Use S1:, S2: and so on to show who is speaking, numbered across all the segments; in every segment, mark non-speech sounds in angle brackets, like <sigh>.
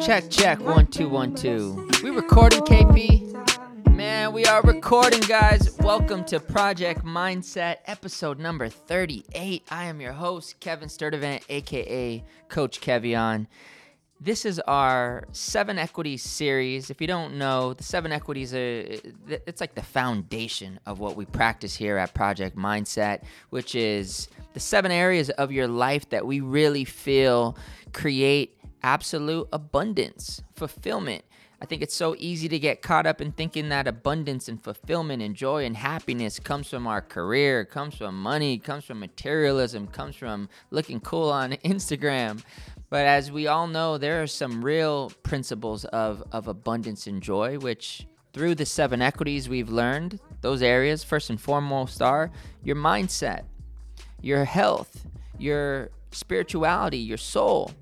S1: Check, check, one, two, one, two. We recording, KP? Man, we are recording, guys. Welcome to Project Mindset, episode number 38. I am your host, Kevin Sturdivant, aka Coach Kevion. This is our seven equities series. If you don't know, the seven equities are it's like the foundation of what we practice here at Project Mindset, which is the seven areas of your life that we really feel create absolute abundance, fulfillment. I think it's so easy to get caught up in thinking that abundance and fulfillment and joy and happiness comes from our career, comes from money, comes from materialism, comes from looking cool on <laughs> Instagram. But as we all know, there are some real principles of, of abundance and joy, which through the seven equities we've learned, those areas, first and foremost, are your mindset, your health, your spirituality, your soul,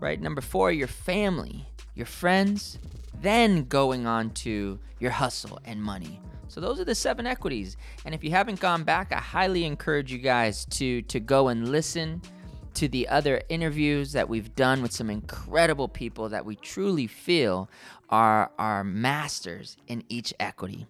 S1: right? Number four, your family, your friends, then going on to your hustle and money. So those are the seven equities. And if you haven't gone back, I highly encourage you guys to to go and listen to the other interviews that we've done with some incredible people that we truly feel are our masters in each equity.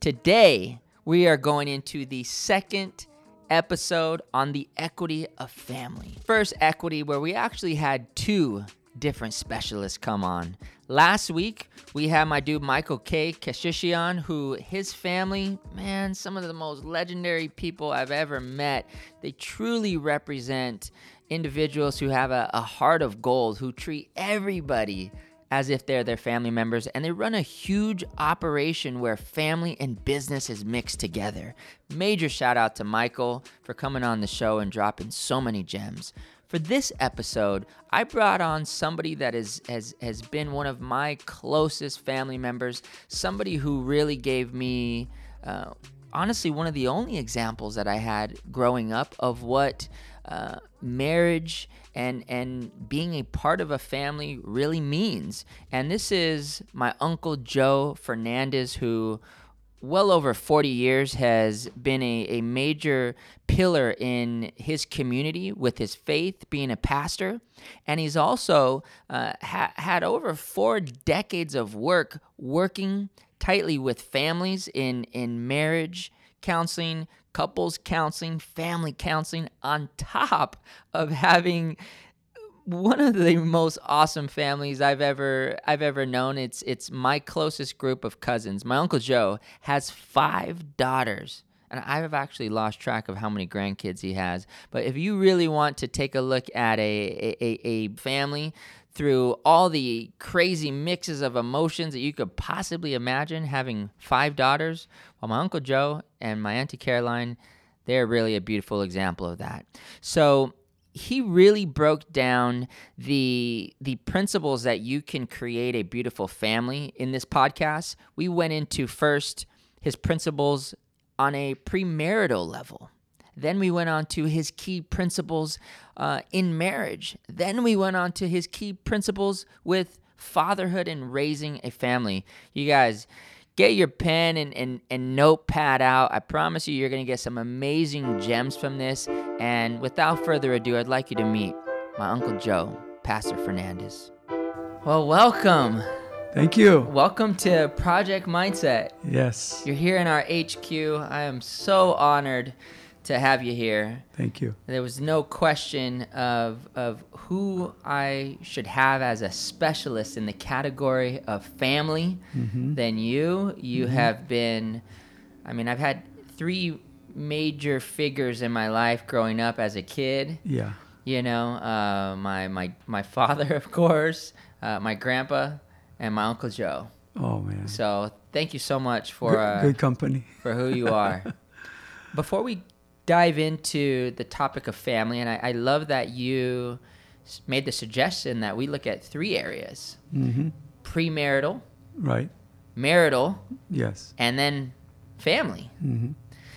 S1: Today, we are going into the second episode on the equity of family. First equity, where we actually had two different specialists come on. Last week, we had my dude Michael K. Kashishian, who his family, man, some of the most legendary people I've ever met. They truly represent individuals who have a, a heart of gold, who treat everybody as if they're their family members, and they run a huge operation where family and business is mixed together. Major shout out to Michael for coming on the show and dropping so many gems. For this episode, I brought on somebody that is, has, has been one of my closest family members, somebody who really gave me, uh, honestly, one of the only examples that I had growing up of what uh, marriage and and being a part of a family really means. And this is my uncle Joe Fernandez, who well over 40 years has been a, a major pillar in his community with his faith being a pastor and he's also uh, ha- had over four decades of work working tightly with families in in marriage counseling couples counseling, family counseling, on top of having one of the most awesome families I've ever I've ever known. It's it's my closest group of cousins. My uncle Joe has five daughters. And I've actually lost track of how many grandkids he has. But if you really want to take a look at a, a, a family through all the crazy mixes of emotions that you could possibly imagine having five daughters. Well, my Uncle Joe and my Auntie Caroline, they're really a beautiful example of that. So he really broke down the the principles that you can create a beautiful family in this podcast. We went into first his principles on a premarital level. Then we went on to his key principles uh, in marriage. Then we went on to his key principles with fatherhood and raising a family. You guys, get your pen and, and, and notepad out. I promise you, you're going to get some amazing gems from this. And without further ado, I'd like you to meet my Uncle Joe, Pastor Fernandez. Well, welcome.
S2: Thank you.
S1: Welcome to Project Mindset.
S2: Yes.
S1: You're here in our HQ. I am so honored to have you here.
S2: Thank you.
S1: There was no question of of who I should have as a specialist in the category of family than you. You have been I mean, I've had three major figures in my life growing up as a kid.
S2: Yeah.
S1: You know, uh, my my my father, <laughs> of course, uh, my grandpa, and my uncle Joe.
S2: Oh man.
S1: So thank you so much for
S2: Good,
S1: uh,
S2: good company.
S1: for who you
S2: <laughs>
S1: are. Before we dive into the topic of family, and I, I love that you s- made the suggestion that we look at three areas
S2: hmm
S1: premarital,
S2: Right.
S1: marital,
S2: Yes.
S1: and then family.
S2: hmm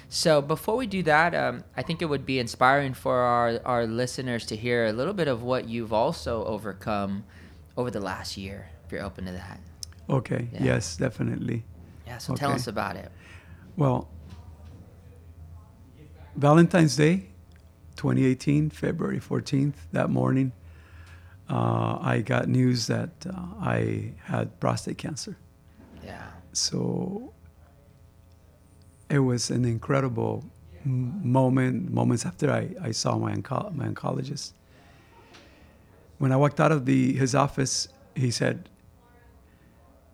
S1: So before we do that, um, I think it would be inspiring for our, our listeners to hear a little bit of what you've also overcome over the last year, if you're open to that.
S2: Okay.
S1: Yeah.
S2: Yes, definitely.
S1: Yeah, so tell
S2: Okay.
S1: us about it.
S2: Well, Valentine's Day, 2018, February 14th, that morning, uh, I got news that uh, I had prostate cancer.
S1: Yeah.
S2: So it was an incredible m- moment, moments after I, I saw my, onco- my oncologist. When I walked out of the, his office, he said,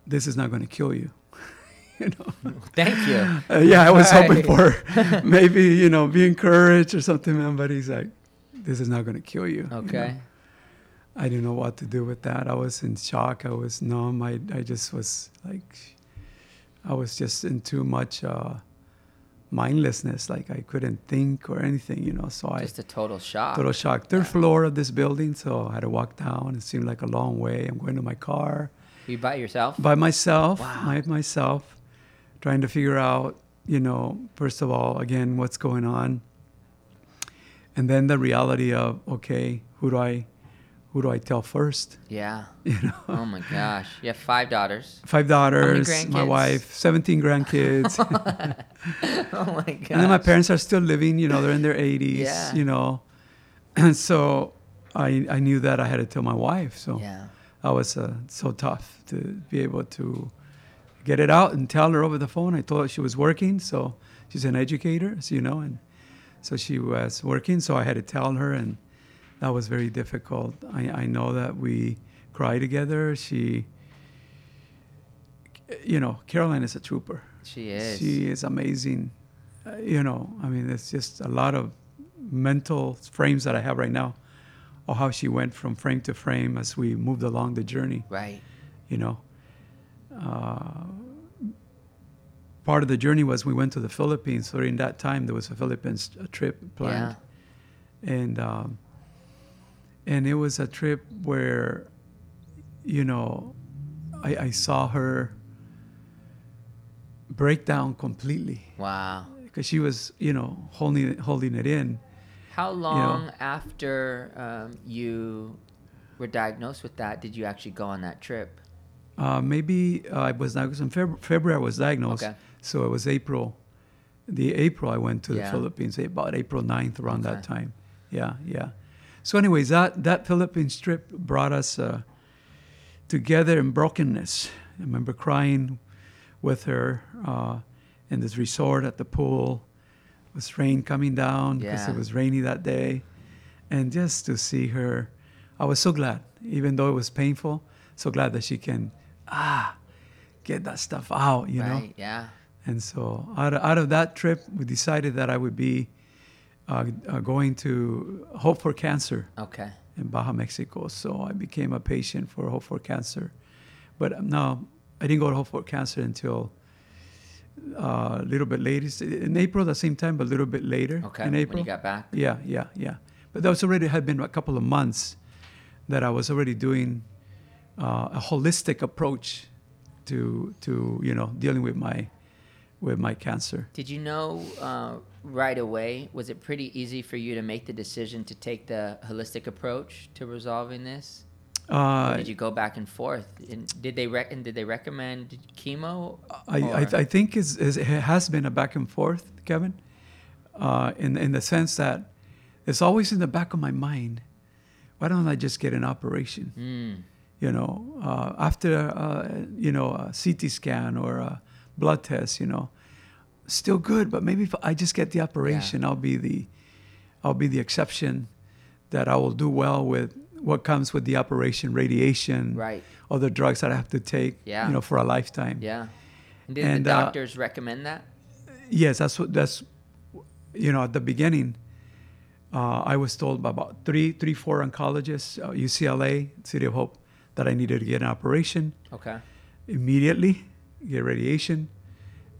S2: This is not going to kill you. <laughs> you know?
S1: Thank you.
S2: <laughs> Uh, yeah, I was hoping
S1: Right.
S2: for maybe, you know, be encouraged or something, man. But he's like, This is not going to kill you. you know?
S1: Okay.
S2: I didn't know what to do with that. I was in shock. I was numb. I, I just was like, I was just in too much uh, mindlessness. Like I couldn't think or anything, you know. So I
S1: Just a total shock.
S2: total shock. Third floor of this building, so I had to walk down. It seemed like a long way. I'm going to my car
S1: you by yourself?
S2: by myself,
S1: Wow.
S2: by myself, trying to figure out, you know, first of all, again, what's going on, and then the reality of okay, who do I, who do I tell first?
S1: <laughs> yeah.
S2: You know.
S1: Oh my gosh. You have five daughters.
S2: five daughters, my
S1: grandkids?
S2: wife, 17 grandkids.
S1: <laughs>
S2: <laughs>
S1: Oh my gosh.
S2: and then my parents are still living, you know, they're in their 80s,
S1: Yeah.
S2: you know. <clears throat> And so I, I knew that I had to tell my wife. So
S1: Yeah.
S2: I was uh, so tough to be able to get it out and tell her over the phone. I told her she was working. So she's an educator, as you know, and so she was working. So I had to tell her, and that was very difficult. I, I know that we cry together. She, you know, Caroline is a trooper.
S1: She is.
S2: She is amazing. Uh, you know, I mean, it's just a lot of mental frames that I have right now of how she went from frame to frame as we moved along the journey,
S1: Right.
S2: you know. Uh, part of the journey was we went to the Philippines. During that time, there was a Philippines uh, trip planned. And, um, and it was a trip where, you know, I, I saw her break down completely
S1: Yeah. Wow.
S2: because she was, you know, holding holding it in.
S1: How long after um, you were diagnosed with that did you actually go on that trip?
S2: Uh, maybe uh, I was diagnosed in Feb- February. I was diagnosed,
S1: Okay.
S2: so it was April. The April I went to
S1: Yeah.
S2: the Philippines about April 9th around that
S1: Okay.
S2: time. Yeah, yeah. So, anyways, that that Philippines trip brought us uh, together in brokenness. I remember crying with her uh, in this resort at the pool. It was rain coming down because
S1: Yeah.
S2: it was rainy that day. And just to see her, I was so glad, even though it was painful, so glad that she can, ah, get that stuff out, you know?
S1: right. Yeah.
S2: And so out of, out of that trip, we decided that I would be uh, uh, going to Hope for Cancer
S1: Okay.
S2: in Baja, Mexico. So I became a patient for Hope for Cancer. But um, no, I didn't go to Hope for Cancer until uh, a little bit later. It's In April, the same time, but a little bit later.
S1: Okay.
S2: In April.
S1: When you got back.
S2: yeah, yeah, yeah. But that was already had been a couple of months that I was already doing uh, a holistic approach to to you know dealing with my with my cancer.
S1: Did you know uh, right away? Was it pretty easy for you to make the decision to take the holistic approach to resolving this? Or
S2: Uh,
S1: did you go back and forth? And did they rec- and did they recommend chemo?
S2: I, I,
S1: or-
S2: I think it's, it's, it has been a back and forth, Kevin, uh, in, in the sense that it's always in the back of my mind. Why don't I just get an operation?
S1: Mm,
S2: You know, uh, after uh, you know a CT scan or a blood test, you know, still good, but maybe if I just get the operation, I'll be the, I'll be the exception, that I will do well with what comes with the operation, radiation,
S1: right.
S2: or the drugs that I have to take,
S1: Yeah.
S2: you know, for a lifetime.
S1: Yeah. And did
S2: And,
S1: the
S2: uh,
S1: doctors recommend that?
S2: Yes, that's what that's. You know, at the beginning, uh, I was told by about three, three, four oncologists, uh, UCLA, City of Hope, that I needed to get an operation
S1: Okay.
S2: immediately, get radiation,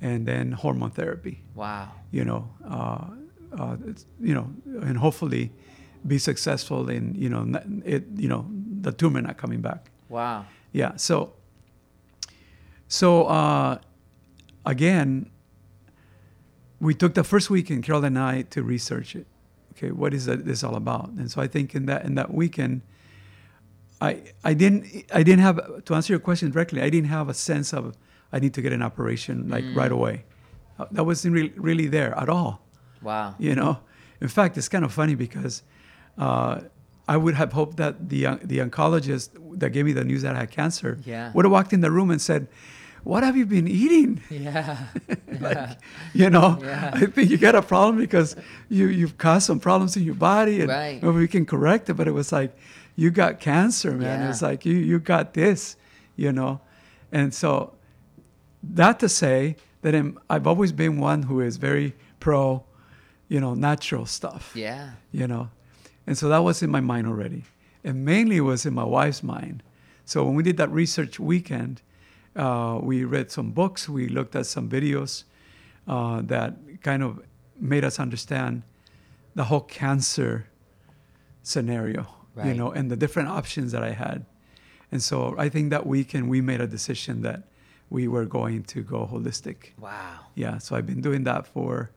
S2: and then hormone therapy.
S1: Wow.
S2: You know, uh, uh, it's- you know, and hopefully, be successful in you know n- it. You know, the tumor not coming back.
S1: Wow.
S2: Yeah. So. So uh, again, we took the first weekend, Carol and I, to research it. Okay, what is that, this all about? And so I think in that in that weekend, I I didn't I didn't have to answer your question directly. I didn't have a sense of I need to get an operation like right away. Uh, That wasn't really, really there at all
S1: Wow.
S2: you know in fact it's kind of funny because uh, I would have hoped that the uh, the oncologist that gave me the news that I had cancer
S1: Yeah.
S2: would have walked in the room and said, "What have you been eating?"
S1: Yeah.
S2: <laughs> like, you know,
S1: Yeah.
S2: I think you got a problem because you you've caused some problems in your body, and
S1: Right.
S2: maybe we can correct it. But it was like, you got cancer, man.
S1: Yeah.
S2: It's like you you got this, you know, and so that to say that I'm, I've always been one who is very pro, you know, natural stuff
S1: yeah.
S2: you know. And so that was in my mind already. And mainly it was in my wife's mind. So when we did that research weekend, uh, we read some books, we looked at some videos uh, that kind of made us understand the whole cancer scenario, you
S1: Right.
S2: know, and the different options that I had. And so I think that weekend we made a decision that we were going to go holistic.
S1: Wow.
S2: Yeah, so I've been doing that for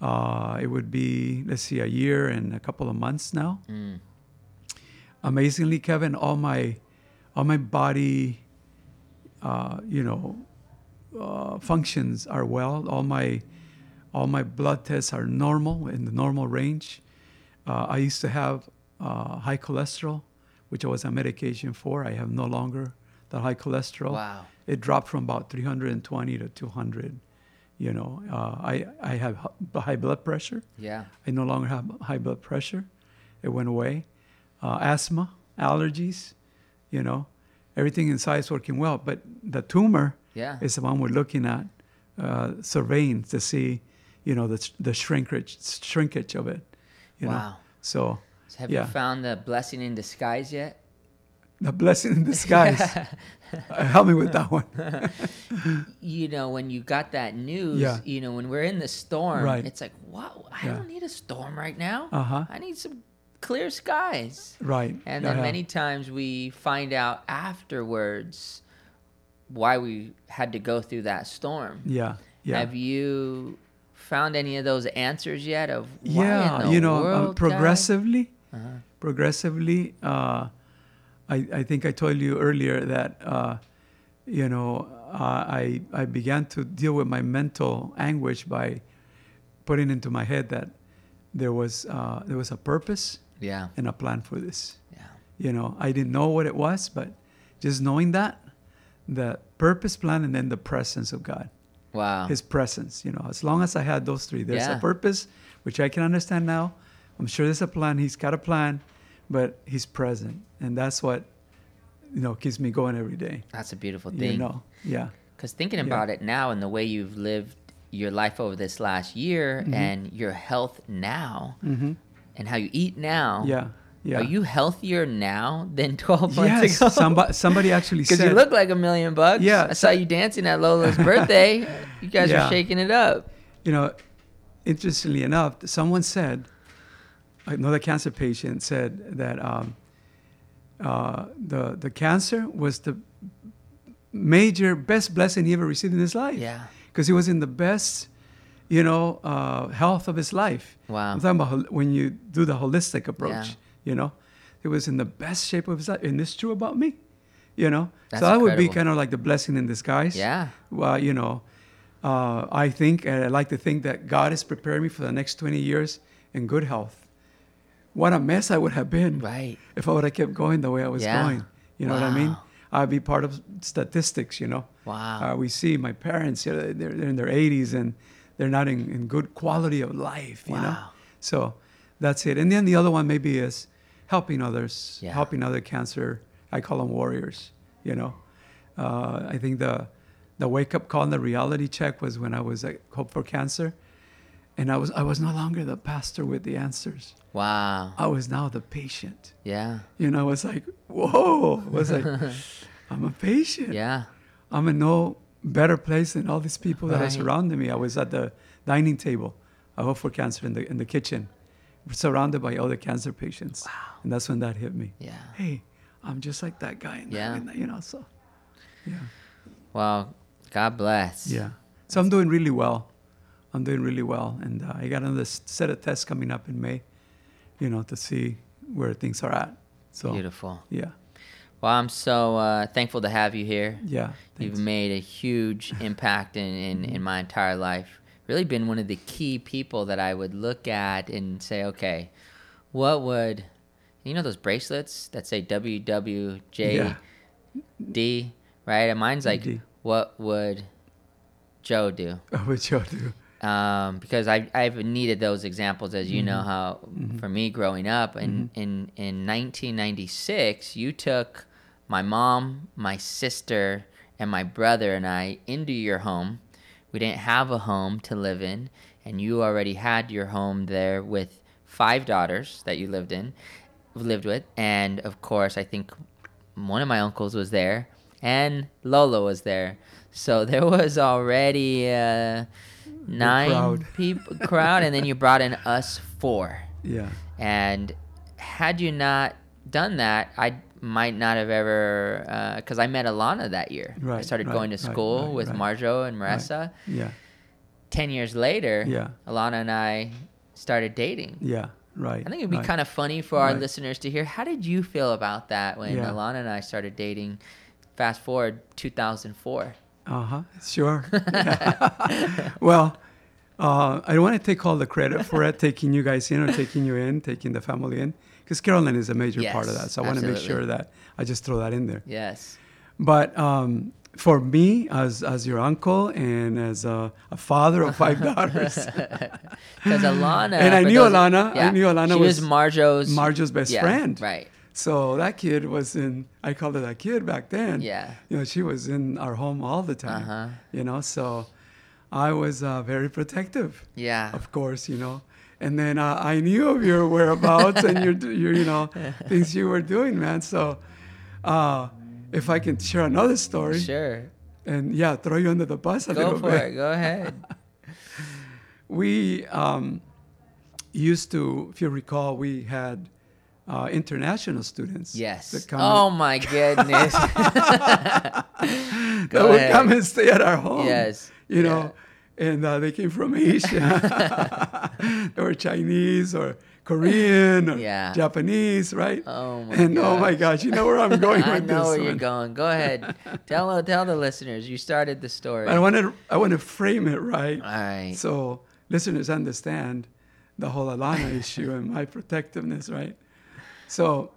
S2: uh, it would be let's see a year and a couple of months now.
S1: Mm.
S2: Amazingly, Kevin, all my all my body, uh, you know, uh, functions are well. All my all my blood tests are normal in the normal range. Uh, I used to have uh, high cholesterol, which I was on medication for. I have no longer that high cholesterol
S1: Wow.
S2: it dropped from about 320 to 200 you know uh, i i have h- high blood pressure
S1: Yeah.
S2: i no longer have high blood pressure it went away uh, asthma allergies you know everything inside is working well but the tumor
S1: Yeah.
S2: is the one we're looking at uh, surveying to see you know the, the shrinkage shrinkage of it you know
S1: Wow.
S2: so
S1: So have
S2: yeah.
S1: you found the blessing in disguise yet?
S2: the blessing in
S1: <laughs>
S2: disguise Uh, help me with that one
S1: you know, when you got that news,
S2: Yeah.
S1: you know, when we're in the storm,
S2: Right.
S1: it's like, whoa, I
S2: Yeah.
S1: don't need a storm right now.
S2: Uh-huh.
S1: I need some clear skies.
S2: right
S1: And then
S2: Yeah.
S1: many times we find out afterwards why we had to go through that storm.
S2: yeah yeah
S1: Have you found any of those answers yet of why in
S2: yeah
S1: the
S2: you know uh,
S1: world, Uh-huh. God?
S2: progressively progressively uh, I, I think i told you earlier that uh, you know I, I began to deal with my mental anguish by putting into my head that there was uh, there was a purpose
S1: Yeah.
S2: and a plan for this
S1: Yeah.
S2: you know i didn't know what it was but just knowing that the purpose plan and then the presence of god
S1: Wow.
S2: his presence. You know, as long as I had those three, there's
S1: Yeah.
S2: a purpose, which I can understand now. I'm sure there's a plan. He's got a plan, but he's present, and that's what you know keeps me going every day.
S1: That's a beautiful
S2: You
S1: thing.
S2: know, yeah,
S1: Because thinking about it now and the way you've lived your life over this last year
S2: Mm-hmm.
S1: and your health now and how you eat now.
S2: yeah, yeah.
S1: Are you healthier now than <laughs> 12 months
S2: yes,
S1: ago? <laughs>
S2: somebody somebody actually
S1: Because
S2: said
S1: you look like a million bucks.
S2: Yeah,
S1: I saw you dancing at Lola's
S2: <laughs>
S1: birthday. You guys
S2: Yeah.
S1: were shaking it up.
S2: you know, interestingly enough, someone said, another cancer patient said that um, uh, the the cancer was the major best blessing he ever received in his life.
S1: Yeah.
S2: because he was in the best, you know, uh, health of his life.
S1: Wow.
S2: I'm talking about hol- when you do the holistic approach.
S1: Yeah.
S2: You know, he was in the best shape of his life, and this true about me. You know,
S1: That's
S2: so that would be
S1: incredible.
S2: kind of like the blessing in disguise
S1: Yeah.
S2: well, you know, uh, I think, and I like to think that God is preparing me for the next 20 years in good health. What a mess I would have been
S1: Right.
S2: if I would have kept going the way I was
S1: Yeah.
S2: going. You know what I mean?
S1: Wow.
S2: I'd be part of statistics, you know.
S1: Wow.
S2: Uh, we see my parents, you know, they're, they're in their 80s and they're not in, in good quality of life, you know.
S1: Wow.
S2: So that's it. And then the other one maybe is helping others,
S1: Yeah.
S2: helping other cancer. I call them warriors, you know. Uh, I think the the wake up call and the reality check was when I was at Hope for Cancer, and I was I was no longer the pastor with the answers.
S1: Wow.
S2: I was now the patient.
S1: Yeah.
S2: You know, I was like, whoa, I was like, I'm a patient.
S1: Yeah.
S2: I'm in no better place than all these people that are
S1: Right.
S2: surrounding me. I was at the dining table. I hope for cancer in the in the kitchen, surrounded by other cancer patients. Wow. And that's when that hit me.
S1: Yeah.
S2: Hey, I'm just like that guy. In
S1: Yeah.
S2: That, in that, you know, so yeah.
S1: Well, God bless.
S2: Yeah. So I'm doing really well. I'm doing really well. And uh, I got another s- set of tests coming up in May, you know, to see where things are at. So
S1: Beautiful.
S2: yeah.
S1: Well, I'm so uh, thankful to have you here.
S2: Yeah.
S1: You've
S2: Thanks.
S1: made a
S2: <laughs>
S1: huge impact in, in,
S2: Mm-hmm.
S1: in my entire life. Really been one of the key people that I would look at and say, okay, what would You know those bracelets that say WWJD,
S2: Yeah.
S1: right? And mine's like,
S2: D.
S1: what would Joe do?
S2: <laughs> Which you do.
S1: um, because I I've needed those examples as you know how for me growing up in in in 1996 you took my mom, my sister, and my brother and I into your home. We didn't have a home to live in, and you already had your home there with five daughters that you lived in, lived with, and of course I think one of my uncles was there and Lola was there. So <laughs> there was already uh, nine
S2: crowd.
S1: people crowd, and then you brought in us four.
S2: Yeah.
S1: And had you not done that, I might not have ever because I met Alana that year. I
S2: Right,
S1: started
S2: right,
S1: going to
S2: right,
S1: school
S2: right,
S1: with
S2: right.
S1: Marjo and Marissa.
S2: Yeah.
S1: Ten years later,
S2: Yeah.
S1: Alana and I started dating.
S2: Yeah. Right.
S1: I think it'd be
S2: right.
S1: kind of funny for our
S2: Right.
S1: listeners to hear. How did you feel about that when
S2: Yeah.
S1: Alana and I started dating? Fast forward 2004.
S2: Uh huh. Sure. <laughs> well, uh, I don't want to take all the credit for it, taking you guys in or taking you in, taking the family in, because Carolyn is a major part of
S1: Yes,
S2: that. So I want to make
S1: absolutely.
S2: sure that I just throw that in there.
S1: Yes.
S2: But um, for me, as as your uncle and as a, a father of
S1: <laughs>
S2: five daughters,
S1: Because Alana.
S2: And I
S1: for
S2: knew
S1: those-
S2: Alana- I knew Alana
S1: she was,
S2: was
S1: Marjo's.
S2: Marjo's best
S1: yeah,
S2: friend.
S1: Right.
S2: So that kid was in, I called her that kid back then.
S1: Yeah.
S2: You know, she was in our home all the time.
S1: Uh-huh.
S2: You know, so I was uh, very protective,
S1: Yeah.
S2: of course, you know. And then uh, I knew of your whereabouts and your, <laughs> your, you know, things you were doing, man. So uh, if I can share another story
S1: Sure.
S2: and yeah, throw you under the bus a
S1: Go
S2: little
S1: for
S2: bit.
S1: it. Go ahead.
S2: <laughs> we um, used to, if you recall, we had uh, international students.
S1: Yes.
S2: that come
S1: Oh my
S2: <laughs>
S1: goodness.
S2: that
S1: go
S2: would
S1: ahead.
S2: come and stay at our home.
S1: Yes,
S2: you know, and uh, they came
S1: <laughs>
S2: from Asia. they were Chinese or Korean or
S1: Yeah.
S2: Japanese, right?
S1: Oh my
S2: And oh my gosh, you know where I'm
S1: <laughs>
S2: going
S1: I
S2: with
S1: know
S2: this
S1: where you're
S2: one.
S1: going. Go ahead. Tell tell the listeners. You started the story.
S2: I want to I want to frame it right.
S1: All right.
S2: So listeners understand the whole Alana <laughs> issue and my protectiveness, right? So,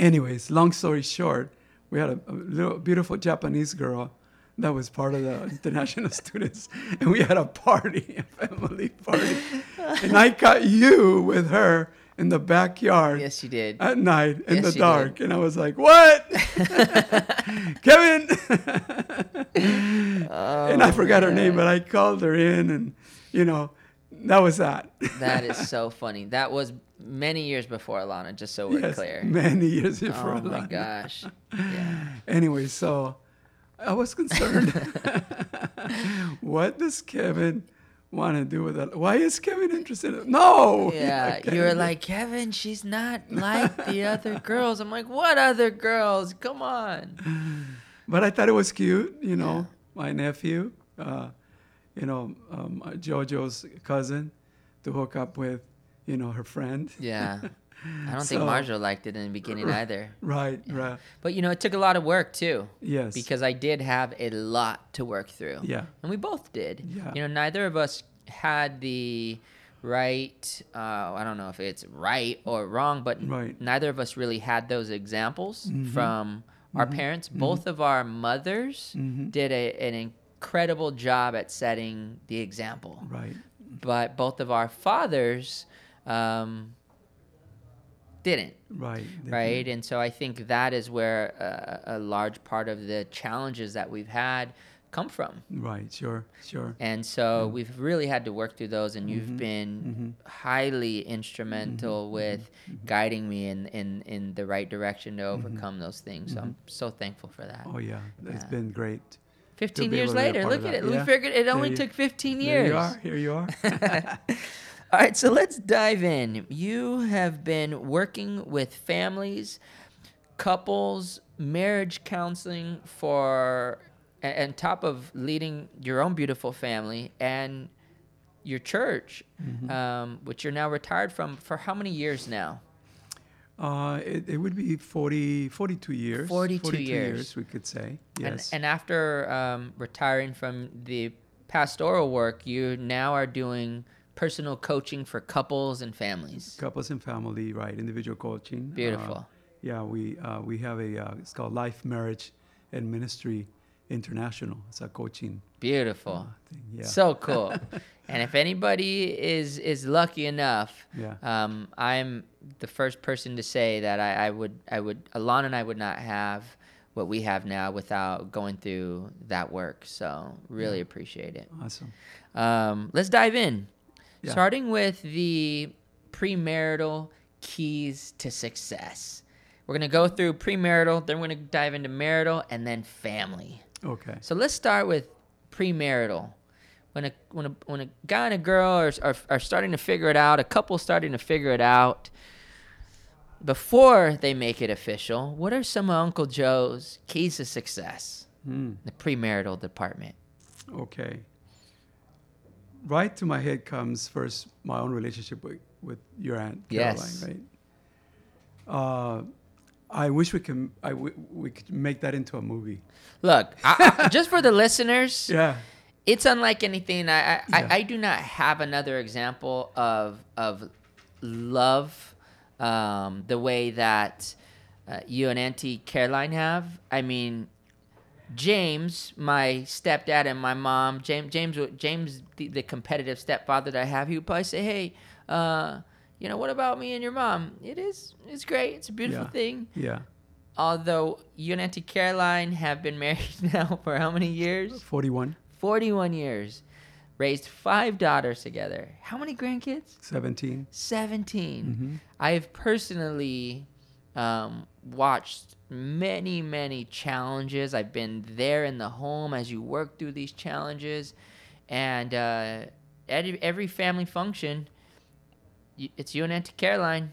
S2: anyways, long story short, we had a, a little beautiful Japanese girl that was part of the <laughs> international students, and we had a party, a family
S1: <laughs>
S2: party, and I caught you with her in the backyard
S1: yes, you did.
S2: at night
S1: Yes,
S2: in
S1: you
S2: the
S1: did.
S2: dark. And I was
S1: <laughs>
S2: like, what? <laughs> Kevin!
S1: Oh
S2: and I forgot her name, but I called her in and, you know, that was that.
S1: That
S2: <laughs>
S1: is so funny. That was many years before Alana. Just so we're
S2: Yes,
S1: clear.
S2: Many years before.
S1: oh my
S2: Alana. <laughs>
S1: gosh. Yeah.
S2: Anyway, so I was concerned. <laughs> what does Kevin want to do with that? Why is Kevin interested? in- No! <laughs>
S1: Yeah,
S2: Kevin
S1: you were
S2: did-
S1: like, Kevin, she's not like the other girls. I'm like, what other girls? Come on.
S2: but I thought it was cute, you know, my nephew, uh, you know, um, JoJo's cousin to hook up with, you know, her friend.
S1: Yeah. I don't think
S2: So-
S1: Marjo liked it in the beginning either.
S2: Right, right.
S1: But, you know, it took a lot of work, too.
S2: Yes.
S1: Because I did have a lot to work through.
S2: Yeah.
S1: And we both did.
S2: Yeah.
S1: You know, neither of us had the right, uh, I don't know if it's right or wrong, but n-
S2: Right. Mm-hmm.
S1: neither of us really had those examples from our parents. Both of our mothers
S2: Mm-hmm.
S1: did a, an incredible job at setting the example.
S2: Right.
S1: But both of our fathers um, didn't
S2: Right. definitely.
S1: right? And so I think that is where uh, a large part of the challenges that we've had come from.
S2: Right. Sure. Sure.
S1: And so
S2: Mm-hmm.
S1: we've really had to work through those, and you've been highly instrumental
S2: Mm-hmm.
S1: with guiding me in, in, in the right direction to
S2: Mm-hmm.
S1: overcome those things. So I'm so thankful for that.
S2: Oh yeah, it's
S1: Yeah.
S2: been great.
S1: 15
S2: be
S1: years
S2: able to be a
S1: later,
S2: part of
S1: look at it.
S2: that.
S1: We
S2: Yeah.
S1: figured it
S2: There
S1: only
S2: you-
S1: took 15
S2: Here
S1: years.
S2: you are.
S1: <laughs>
S2: Here you are.
S1: All right, so let's dive in. You have been working with families, couples, marriage counseling for, a- and top of leading your own beautiful family and your church, um, which you're now retired from, for how many years now?
S2: Uh, it, it would be 40, 42 years.
S1: 42 years.
S2: we could say. Yes.
S1: And, and after um, retiring from the pastoral work, you now are doing personal coaching for couples and families.
S2: couples and family, right? Individual coaching. Uh,
S1: Beautiful.
S2: yeah, we uh, we have a uh, it's called Life, Marriage, and Ministry International. It's a coaching
S1: Beautiful.
S2: thing. Yeah.
S1: So cool. <laughs> and if anybody is is lucky enough,
S2: Yeah.
S1: um, I'm the first person to say that I, I would I would Alon and I would not have what we have now without going through that work. So really appreciate it.
S2: awesome.
S1: Um, let's dive in.
S2: Yeah.
S1: Starting with the premarital keys to success. We're gonna go through premarital, then we're gonna dive into marital, and then family.
S2: Okay.
S1: So let's start with premarital. When a when a when a guy and a girl are are, are starting to figure it out, a couple starting to figure it out. Before they make it official, what are some of Uncle Joe's keys to success?
S2: Hmm.
S1: The premarital department.
S2: Okay. Right to my head comes first my own relationship with, with your aunt Caroline,
S1: Yes.
S2: right? Uh, I wish we can I w- we could make that into a movie.
S1: Look, I, I- just for the <laughs> listeners,
S2: Yeah.
S1: it's unlike anything. I I,
S2: Yeah.
S1: I I do not have another example of of love um, the way that uh, you and Auntie Caroline have. I mean, James, my stepdad, and my mom. James, James, would- James, the, the competitive stepfather that I have. He would probably say, "Hey, uh, you know, what about me and your mom? It is, it's great. It's a beautiful
S2: Yeah.
S1: thing."
S2: Yeah.
S1: Although you and Auntie Caroline have been married <laughs> now for how many years?
S2: 41,
S1: 41 years, raised five daughters together. How many grandkids?
S2: 17.
S1: 17. I have personally um, watched many, many challenges. I've been there in the home as you work through these challenges. And uh, every, every family function, y- it's you and Auntie Caroline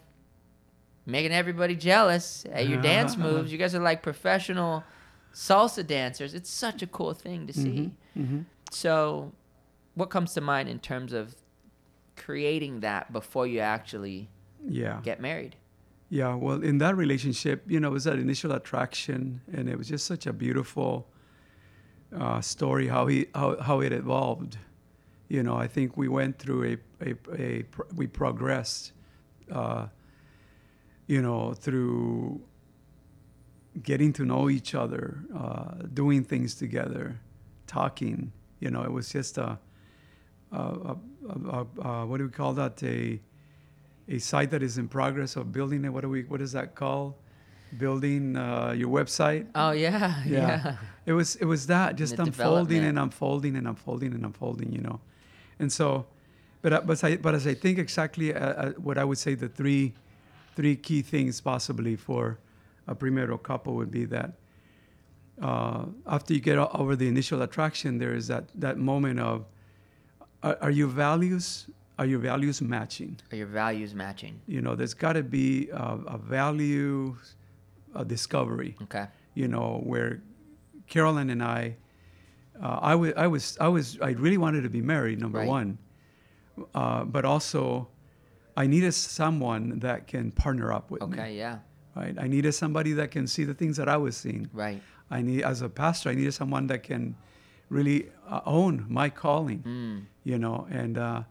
S1: making everybody jealous at your dance moves. You guys are like professional salsa dancers. It's such a cool thing to see.
S2: Mm-hmm.
S1: So, what comes to mind in terms of creating that before you actually
S2: Yeah.
S1: get married?
S2: Yeah, well, in that relationship, you know, it was that initial attraction, and it was just such a beautiful uh, story how he how, how it evolved. You know, I think we went through a a, a pro- we progressed, uh, you know, through getting to know each other, uh, doing things together, talking. You know, it was just a, a, a, a, a, a what do we call that? A a site that is in progress of building it. What do we? What is that called? Building uh, your website.
S1: Oh <laughs> yeah, yeah.
S2: It was it was that just
S1: the
S2: unfolding
S1: development.
S2: and unfolding and unfolding and unfolding, you know, and so, but I- but I, but as I think exactly uh, uh, what I would say the three, three key things possibly for a premarital couple would be that uh, after you get o- over the initial attraction, there is that that moment of are, are your values are your values matching?
S1: Are your values matching?
S2: You know, there's got to be a, a value, a discovery
S1: Okay.
S2: you know, where Carolyn and I, uh, I, w- I was, I was, I really wanted to be married, number
S1: Right.
S2: one, uh, but also, I needed someone that can partner up with me.
S1: Okay. Yeah.
S2: Right, I needed somebody that can see the things that I was seeing.
S1: Right.
S2: I need, as a pastor, I needed someone that can really uh, own my calling,
S1: Hmm.
S2: you know, and uh,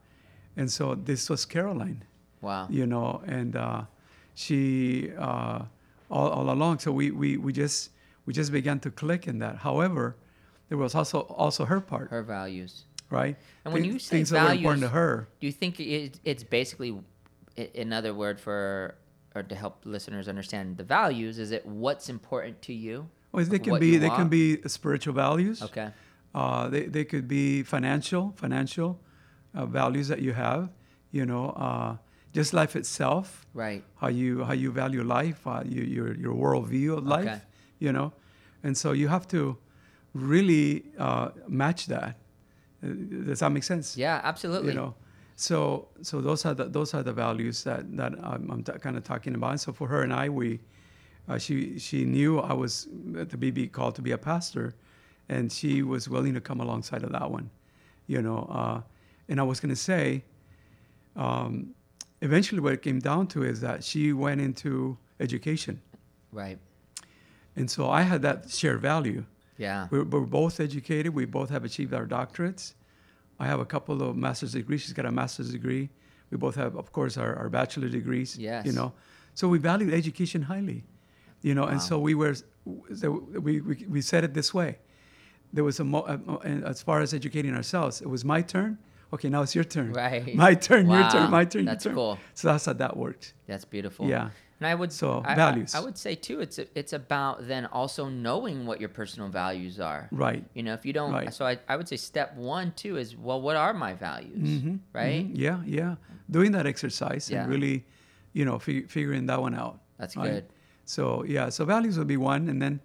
S2: and so this was Caroline
S1: Wow.
S2: you know, and uh, she uh, all, all along. So we, we, we just we just began to click in that. However, there was also also her part,
S1: Her values.
S2: right?
S1: And when
S2: Thi-
S1: you say
S2: things that were important to
S1: values-
S2: her,
S1: Do you think it, it's basically i- another word for or to help listeners understand the values? Is it what's important to you?
S2: well, they
S1: Like
S2: can
S1: what
S2: be
S1: you
S2: they can
S1: want?
S2: be spiritual values.
S1: Okay.
S2: Uh, they they could be financial financial uh, values that you have. You know, uh, just life itself.
S1: Right.
S2: how you how you value life, uh, you, your your worldview of life,
S1: Okay.
S2: you know, and so you have to really uh, match that. Uh, Does that make sense?
S1: Yeah. Absolutely.
S2: You know, so so those are the those are the values that that I'm, I'm kind of talking about. And so for her and I, we uh, she she knew I was at the BB called to be a pastor, and she was willing to come alongside of that one, you know. Uh, and I was going to say, um, eventually, what it came down to is that she went into education,
S1: Right.
S2: and so I had that shared value.
S1: Yeah.
S2: We're, we're both educated. We both have achieved our doctorates. I have a couple of master's degrees. She's got a master's degree. We both have, of course, our, our bachelor degrees.
S1: Yes.
S2: You know, so we valued education highly, you know, and so we were, so we, we, we said it this way. There was a, mo- a, mo- and as far as educating ourselves, it was my turn. Okay, now it's your turn.
S1: Right.
S2: My turn, your
S1: Wow,
S2: turn, my turn,
S1: that's
S2: your turn.
S1: cool.
S2: So that's how that worked.
S1: That's beautiful.
S2: Yeah.
S1: And I would
S2: So,
S1: I- I-
S2: values.
S1: I, would say too, it's it's about then also knowing what your personal values are.
S2: Right.
S1: You know, if you don't,
S2: Mm-hmm. Right.
S1: so I, I would say step one too is well, what are my values, right?
S2: Mhm. Yeah, yeah. Doing that exercise
S1: Yeah.
S2: and really, you know, fig- figuring that one out.
S1: That's good.
S2: So yeah, so values would be one, and then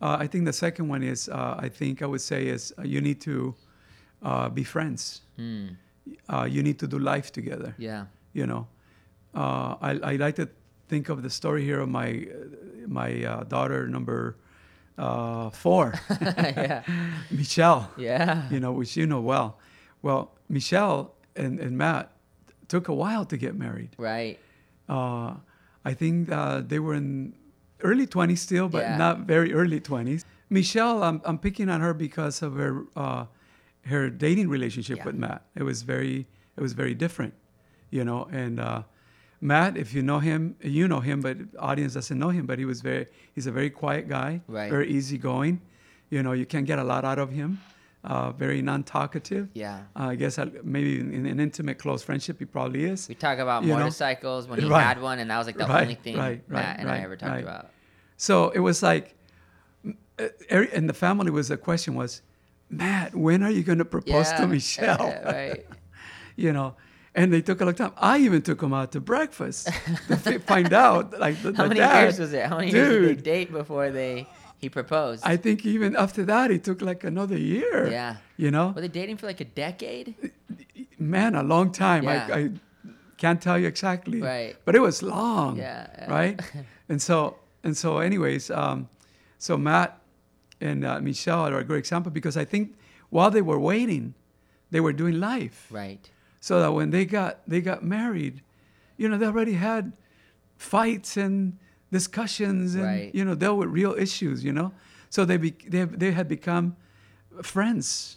S2: uh, I think the second one is uh, I think I would say is uh, you need to uh, be friends.
S1: Hmm.
S2: Uh, you need to do life together.
S1: Yeah. <laughs>
S2: You know, uh, I, I like to think of the story here of my uh, my uh, daughter number
S1: <laughs>
S2: uh, four,
S1: yeah.
S2: Michelle
S1: Yeah.
S2: you know, which you know well. Well, Michelle and, and Matt took a while to get married.
S1: Right.
S2: Uh, I think uh, they were in early 20s still, but
S1: Yeah.
S2: not very early 20s. Michelle, I'm, I'm picking on her because of her uh, her dating relationship
S1: Yeah.
S2: with Matt. It was very it was very different, you know. And uh, Matt, if you know him, you know him, but audience doesn't know him. But he was very he's a very quiet guy,
S1: Right.
S2: very easygoing. You know, you can't get a lot out of him. Uh, very non-talkative.
S1: Yeah.
S2: Uh, I guess I, maybe in, in an intimate, close friendship, he probably is.
S1: We talk about
S2: You know?
S1: motorcycles when he
S2: Right.
S1: had one, and that was like the
S2: Right,
S1: only thing
S2: right, right,
S1: Matt and I
S2: right,
S1: ever talked
S2: right.
S1: about.
S2: So it was like, uh, every- and the family was the question was, Matt, when are you going to propose
S1: yeah.
S2: to Michelle?
S1: yeah, <laughs> right.
S2: <laughs> You know, and they took a long time. I even took them out to breakfast to
S1: <laughs>
S2: fi- find out. Like the,
S1: How
S2: the
S1: many
S2: dad-
S1: years was it? How many years did they
S2: Dude,
S1: date before they he proposed?
S2: I think even after that, it took like another year.
S1: Yeah.
S2: You know,
S1: Were they dating for like a decade?
S2: man, a long time.
S1: Yeah.
S2: I, I can't tell you exactly.
S1: Right.
S2: But it was long.
S1: Yeah, yeah. <laughs>
S2: Right. and so and so, anyways, um, so Matt and uh, Michelle are a great example because I think while they were waiting, they were doing life.
S1: Right.
S2: So that when they got they got married, you know, they already had fights and discussions and
S1: Right.
S2: you know dealt with real issues. You know, so they be, they they had become friends.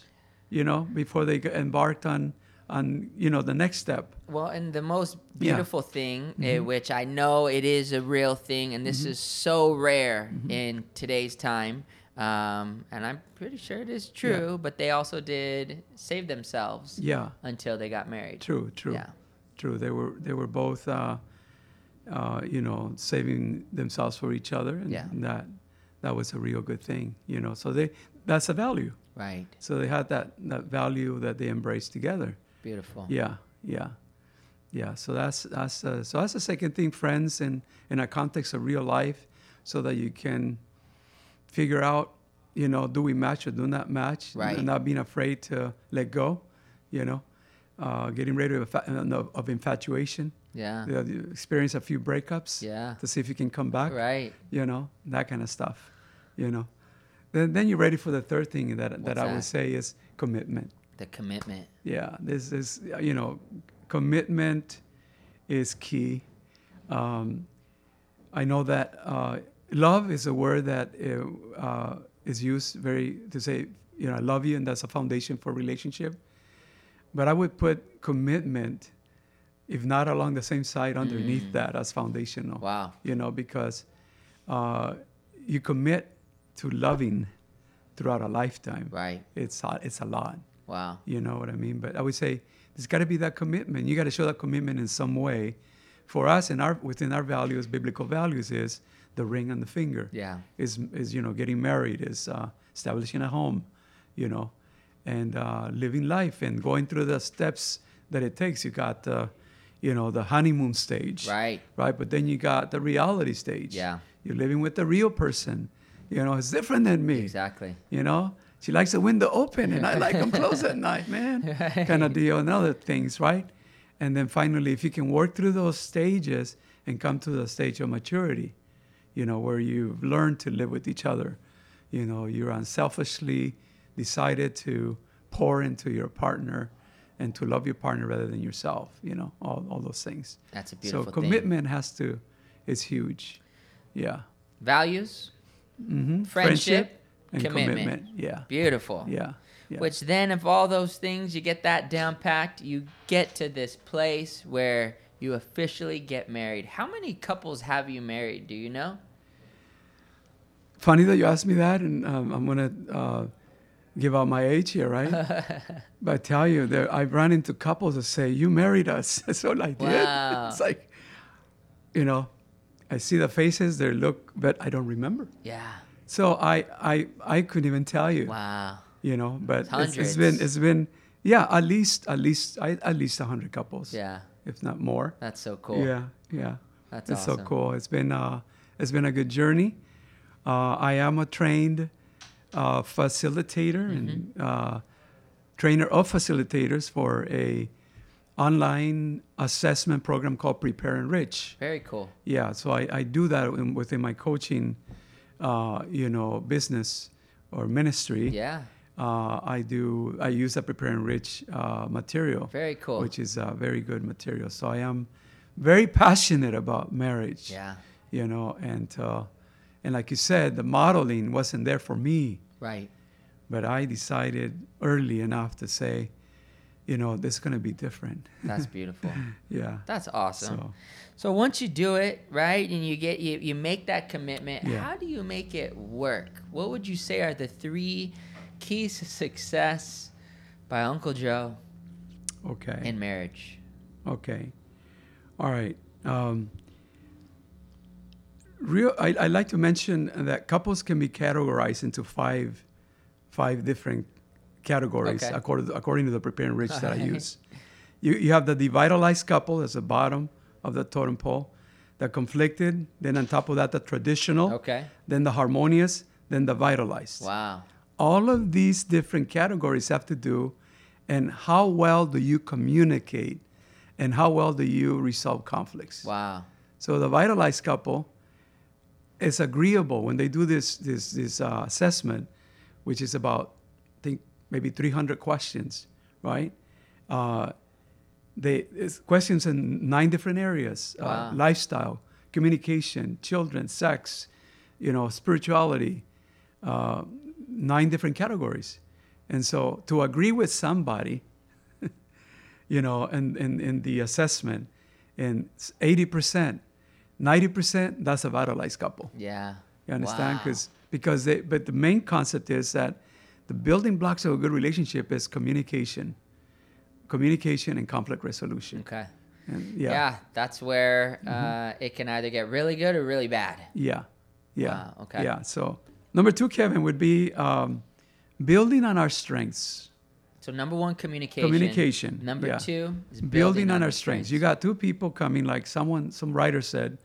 S2: You know, before they g- embarked on on you know the next step.
S1: Well, and the most
S2: Yeah. Mm-hmm.
S1: beautiful thing, eh, which I know it is a real thing, and this is so rare
S2: Mm-hmm.
S1: in today's time, um, and I'm pretty sure it is true, but they also did save themselves
S2: Yeah,
S1: until they got married.
S2: true, true,
S1: Yeah.
S2: true. They were they were both uh, uh, you know saving themselves for each other, and
S1: Yeah.
S2: that that was a real good thing. You know, so they that's a value.
S1: Right.
S2: So they had that, that value that they embraced together.
S1: Beautiful.
S2: Yeah, yeah, yeah. So that's that's uh, so that's the second thing, friends, and in a context of real life, so that you can figure out, you know, do we match or do not match,
S1: Right.
S2: and not being afraid to let go, you know, uh, getting rid of infa- uh, no, of infatuation.
S1: Yeah.
S2: You know, you experience a few breakups
S1: Uh-huh. Yeah.
S2: to see if you can come back
S1: Right.
S2: you know that kind of stuff you know then, then you're ready for the third thing that, that
S1: What's
S2: i
S1: that?
S2: would say is commitment
S1: The commitment.
S2: yeah this is you know commitment is key um, i know that uh, love is a word that uh, uh, is used very to say you know i love you and that's a foundation for relationship but i would put commitment if not along the same side underneath
S1: Mm.
S2: that as foundational
S1: Wow.
S2: you know, because uh, you commit to loving throughout a lifetime.
S1: Right.
S2: It's a, it's a lot.
S1: Wow.
S2: You know what I mean? But I would say there's got to be that commitment. You got to show that commitment in some way. For us, in our within our values, biblical values is the ring on the finger.
S1: Yeah.
S2: Is is you know getting married, is uh, establishing a home, you know, and uh, living life and going through the steps that it takes. You got the, you know, the honeymoon stage
S1: Right.
S2: right? But then you got the reality stage.
S1: Yeah.
S2: You're living with the real person. You know, it's different than me.
S1: Exactly.
S2: You know, she likes the window open and I like them
S1: <laughs>
S2: closed at night, man.
S1: Right.
S2: Kind of deal and other things, right? And then finally, if you can work through those stages and come to the stage of maturity, you know, where you've learned to live with each other, you know, you're unselfishly decided to pour into your partner and to love your partner rather than yourself, you know, all, all those things.
S1: That's a
S2: So
S1: beautiful thing.
S2: commitment has to, is huge. Yeah.
S1: Values.
S2: Mm-hmm.
S1: Friendship
S2: and
S1: commitment.
S2: commitment. Yeah.
S1: Beautiful.
S2: Yeah. Yeah.
S1: Which then, if all those things, you get that down packed, you get to this place where you officially get married. How many couples have you married? Do you know?
S2: Funny that you asked me that, and um, I'm gonna uh, give out my age
S1: <laughs>
S2: here, right? but I tell you, there I ran into couples that say, "You married us," <laughs> that's all I did.
S1: Wow.
S2: it's like, you know, I see the faces, they look, but I don't remember.
S1: Yeah.
S2: So I I I couldn't even tell you.
S1: Wow.
S2: You know, but it's, it's
S1: Hundreds.
S2: been it's been yeah, at least at least I, at least hundred couples.
S1: Yeah.
S2: if not more.
S1: That's so cool.
S2: Yeah, yeah.
S1: That's
S2: it's so
S1: awesome.
S2: cool. It's been uh, it's been a good journey. Uh, I am a trained uh, facilitator and
S1: Mm-hmm.
S2: uh, trainer of facilitators for a online assessment program called Prepare and Rich.
S1: Very cool.
S2: Yeah, so I, I do that in, within my coaching, uh, you know, business or ministry.
S1: Yeah.
S2: Uh, I do. I use a prepare and rich uh, material.
S1: Very cool.
S2: Which is uh, very good material. So I am very <laughs> passionate about marriage.
S1: Yeah.
S2: You know, and uh, and like you said, the modeling wasn't there for me,
S1: <laughs> Right.
S2: but I decided early enough to say, you know, this is gonna be different.
S1: That's beautiful.
S2: yeah.
S1: That's awesome.
S2: So-
S1: So, once you do it, right, and you get you, you make that commitment,
S2: Yeah.
S1: how do you make it work? What would you say are the three keys to success by Uncle Joe
S2: Okay.
S1: in marriage?
S2: Okay. All right. Um, real. I, I like to mention that couples can be categorized into five, five different categories
S1: Okay.
S2: according according to the prepare and rich
S1: <laughs>
S2: that I
S1: Alright.
S2: use. You you have the devitalized couple as the bottom of the totem pole, the conflicted. Then on top of that, the traditional.
S1: Okay.
S2: Then the harmonious. Then the vitalized.
S1: Wow.
S2: All of these different categories have to do and how well do you communicate and how well do you resolve conflicts.
S1: Wow.
S2: So the vitalized couple is agreeable when they do this this this uh, assessment, which is about I think maybe 300 questions, right? Uh, they it's questions in nine different areas:
S1: Wow.
S2: uh, lifestyle, communication, children, sex, you know, spirituality. Uh, nine different categories, and so to agree with somebody you know, in, in, in the assessment, and it's 80%, 90%, that's a vitalized couple.
S1: Yeah.
S2: You understand?
S1: Wow.
S2: Because because they, but the main concept is that the building blocks of a good relationship is communication, communication and conflict resolution.
S1: Okay.
S2: And
S1: Yeah.
S2: yeah, Mm-hmm.
S1: that's where uh, it can either get really good or really bad.
S2: yeah, yeah.
S1: Wow, okay.
S2: Yeah. So number two, Kevin, would be um, building on our strengths.
S1: So number one, communication.
S2: Communication,
S1: Number
S2: yeah.
S1: two is
S2: building, on our strengths. You got two people coming, like someone, some writer said,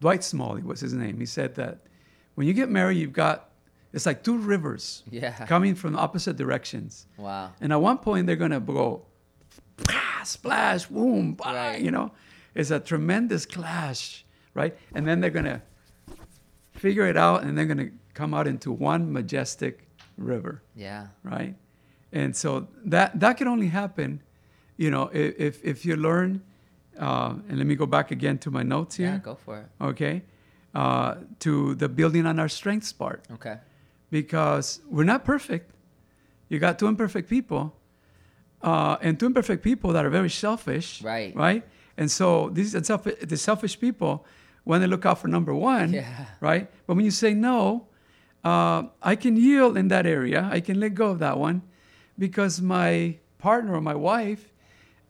S2: Dwight Smalley was his name. He said that when you get married, you've got, it's like two rivers
S1: Yeah.
S2: coming from opposite directions.
S1: Wow.
S2: And at one point, they're going to go, <laughs> "Pah, splash, boom, bah,
S1: Right.
S2: you know, it's a tremendous clash, right? And then they're going to figure it out and they're going to come out into one majestic river
S1: Yeah.
S2: right? And so that that can only happen, you know, i- if if you learn. Uh, and let me go back again to my notes
S1: Yeah.
S2: here.
S1: Go for it.
S2: Okay, uh, to the building on our strengths part
S1: Okay.
S2: because we're not perfect. You got two imperfect people, uh, and two imperfect people that are very selfish.
S1: Right.
S2: Right. And so these are self- the selfish people want to look out for number one.
S1: Yeah.
S2: Right. But when you say no, uh, I can yield in that area. I can let go of that one, because my partner or my wife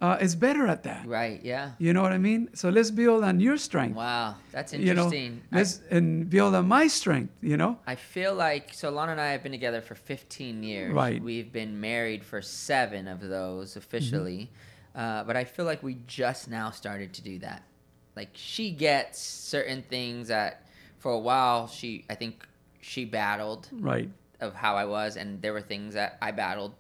S2: uh, is better at that.
S1: Right. Yeah.
S2: You know what I mean? So let's build on your strength.
S1: Wow. That's
S2: You know,
S1: interesting. I-
S2: let's and build on my strength. You know.
S1: I feel like so Lon and I have been together for 15 years.
S2: Right. Mm-hmm.
S1: We've been married for seven of those officially, uh, but I feel like we just now started to do that. Like she gets certain things that for a while she I think she battled
S2: Right.
S1: of how I was, and there were things that I battled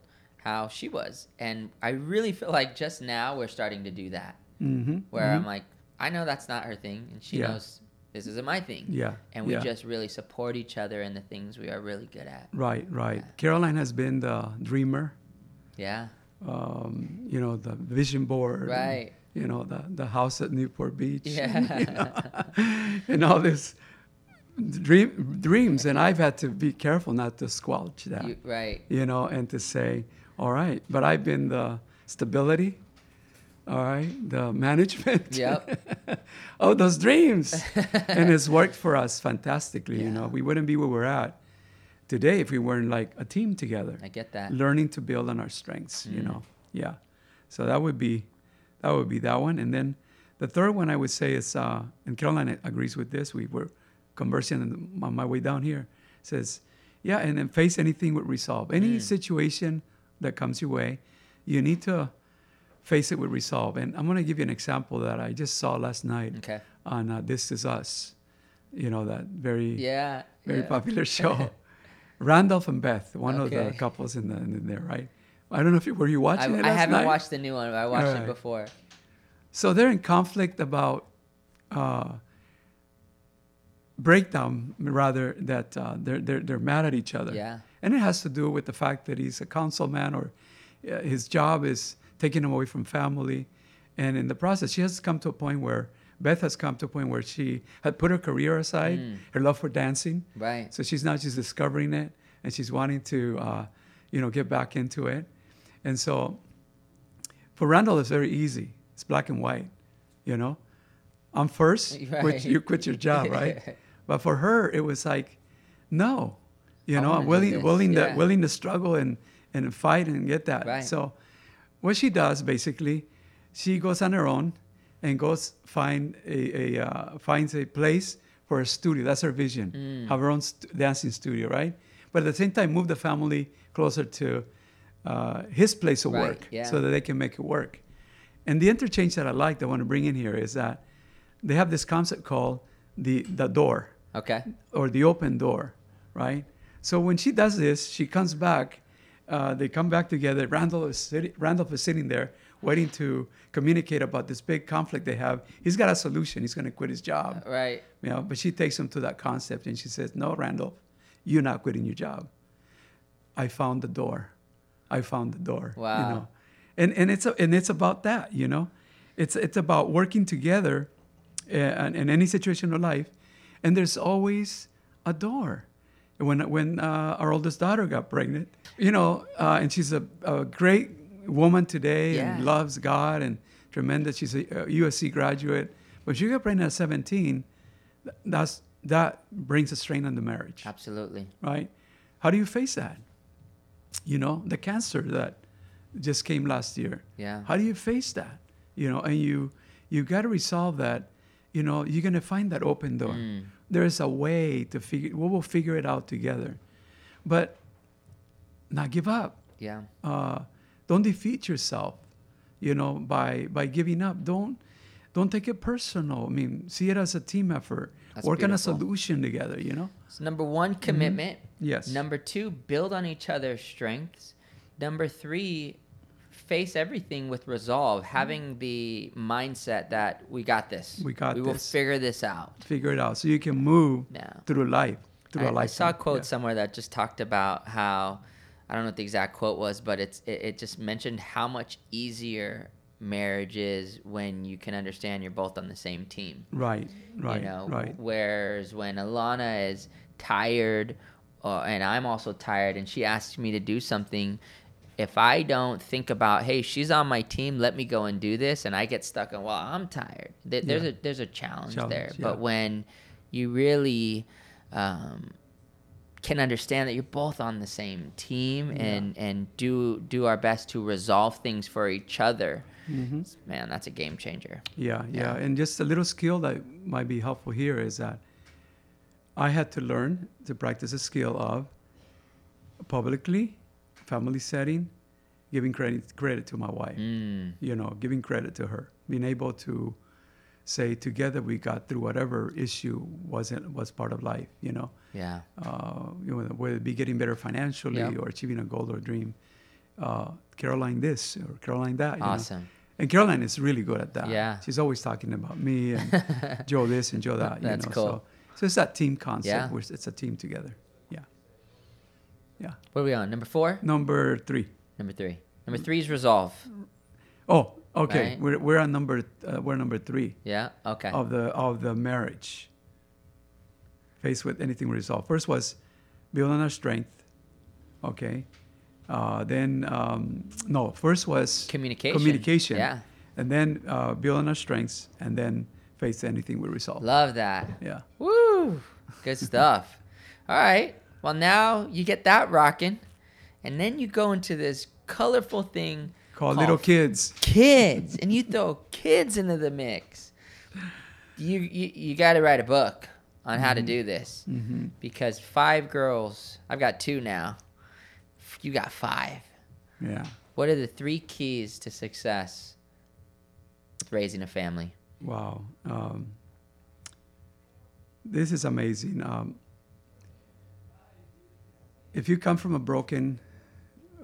S1: how she was, and I really feel like just now we're starting to do that
S2: Mm-hmm.
S1: where I'm like, I know that's not her thing, and she
S2: Yeah.
S1: knows this isn't my thing.
S2: Yeah,
S1: And we
S2: yeah.
S1: just really support each other in the things we are really good at.
S2: Right, right. Caroline has been the dreamer,
S1: Yeah.
S2: um, you know, the vision board. and,
S1: Right.
S2: you know, <laughs> the, the house at Newport Beach.
S1: Yeah.
S2: and all this dream, dreams, and I've had to be careful not to squelch that,
S1: You, right.
S2: you know, and to say, all right, but I've been the stability, all right, the <laughs> management <laughs>
S1: Yep.
S2: oh, those dreams. and it's worked for us fantastically, you know. We wouldn't be where we're at today if we weren't like a team together
S1: I get that.
S2: learning to build on our strengths
S1: Mm.
S2: you know yeah so that would be that would be that one and then the third one i would say is uh, and caroline agrees with this we were conversing on the- on my way down here says yeah and then face anything with resolve
S1: Mm.
S2: any situation that comes your way you need to face it with resolve and i'm going to give you an example that i just saw last night
S1: Okay.
S2: on uh, this is us you know that very
S1: Yeah.
S2: very
S1: yeah. <laughs>
S2: popular show. Randolph and Beth, one of
S1: Okay.
S2: the couples in, the, in there, right? I don't know if you were you
S1: I,
S2: watching it
S1: I
S2: last
S1: haven't
S2: night?
S1: watched the new one, but I watched it
S2: Alright.
S1: before.
S2: So they're in conflict about uh, breakdown, rather that uh, they're, they're they're mad at each other.
S1: Yeah.
S2: and it has to do with the fact that he's a councilman or uh, his job is taking him away from family, and in the process, she has come to a point where Beth has come to a point where she had put her career aside,
S1: Mm.
S2: her love for dancing,
S1: Right.
S2: so she's now she's discovering it and she's wanting to, uh, you know, get back into it. And so for Randall, it's very easy. It's black and white, you know. I'm
S1: <laughs>
S2: first,
S1: Right.
S2: quit, you quit your
S1: <laughs>
S2: job, right? but for her, it was like, no, you
S1: I
S2: know,
S1: wanna
S2: I'm
S1: do
S2: willing,
S1: this,
S2: willing,
S1: yeah.
S2: to, willing to struggle and, and fight and get that.
S1: Right.
S2: So what she does basically, she goes on her own and goes find a, a uh, finds a place for a studio. That's her vision.
S1: Mm.
S2: Have her own st- dancing studio, right? But at the same time, move the family closer to uh, his place of
S1: Right,
S2: work
S1: yeah.
S2: so that they can make it work. And the interchange that I like, that I want to bring in here, is that they have this concept called the the door
S1: Okay.
S2: or the open door, right? So when she does this, she comes back. Uh, they come back together. Randall is sitting. Randolph is sitting there waiting to communicate about this big conflict they have. He's got a solution. He's going to quit his job,
S1: Right.
S2: you know. But she takes him to that concept and she says, "No, Randolph, you're not quitting your job. I found the door. I found the door.
S1: Wow.
S2: You know? And and it's a, and it's about that, you know. It's it's about working together uh, in, in any situation of life, and there's always a door. When when uh, our oldest daughter got pregnant, you know, uh, and she's a, a great woman today
S1: Yeah.
S2: and loves God and tremendous. She's a, uh USC graduate, but she got pregnant at 17. th- That's that brings a strain on the marriage
S1: Absolutely.
S2: right? How do you face that? You know, the cancer that just came last year.
S1: Yeah.
S2: How do you face that? You know, and you you got to resolve that. You know, you're gonna find that open door. There is a way to figure. We will figure it out together, but not give up.
S1: Yeah.
S2: Uh, don't defeat yourself. You know, by by giving up. Don't don't take it personal. I mean, see it as a team effort.
S1: That's
S2: Work
S1: beautiful.
S2: on a solution together. You know.
S1: So number one, commitment.
S2: Mm-hmm. Yes.
S1: Number two, build on each other's strengths. Number three, face everything with resolve, having the mindset that we got this.
S2: We got
S1: We will
S2: this.
S1: figure this out.
S2: figure it out so you can move
S1: Yeah.
S2: through life through
S1: I,
S2: a
S1: I
S2: life
S1: saw a quote somewhere that just talked about how I don't know what the exact quote was, but it's it, it just mentioned how much easier marriage is when you can understand you're both on the same team.
S2: right right
S1: you know
S2: right
S1: whereas when alana is tired uh, and i'm also tired and she asks me to do something if i don't think about hey she's on my team let me go and do this and i get stuck on well i'm tired th- there's
S2: Yeah.
S1: a there's a challenge,
S2: Challenge,
S1: there
S2: yeah.
S1: but when you really um, can understand that you're both on the same team and and do do our best to resolve things for each other man that's a game changer
S2: yeah, yeah
S1: Yeah.
S2: and just a little skill that might be helpful here is that i had to learn to practice a skill of publicly family setting giving credit credit to my wife
S1: mm,
S2: you know giving credit to her being able to say together we got through whatever issue wasn't was part of life you know
S1: yeah
S2: uh, you know, whether it be getting better financially
S1: Yeah.
S2: or achieving a goal or dream. Uh, Caroline this or Caroline that. you know.
S1: awesome
S2: And Caroline is really good at that.
S1: Yeah.
S2: She's always talking about
S1: <laughs>
S2: me and Joe this and Joe that. You
S1: That's
S2: know?
S1: cool.
S2: So, so it's that team concept.
S1: Yeah.
S2: Where it's- it's a team together. Yeah. Yeah.
S1: What are we on? Number four?
S2: Number three.
S1: Number three. Number three is resolve.
S2: Oh, okay.
S1: Right.
S2: We're, we're on number uh, we're number three
S1: Yeah. Okay.
S2: of the of the marriage. faced with anything we resolve. First was build on our strength. Okay. Uh, then um, no, first was
S1: Communication.
S2: Communication.
S1: Yeah.
S2: And then uh, build on our strengths, and then face anything we resolve.
S1: Love that.
S2: Yeah.
S1: Woo! Good stuff. <laughs> All right. Well, now you get that rocking, and then you go into this colorful thing
S2: Call little kids.
S1: kids, and you throw kids into the mix. You you, you got to write a book on how to do this because five girls. I've got two now. You got five.
S2: Yeah.
S1: What are the three keys to success with raising a family?
S2: Wow. Um, this is amazing. Um, if you come from a broken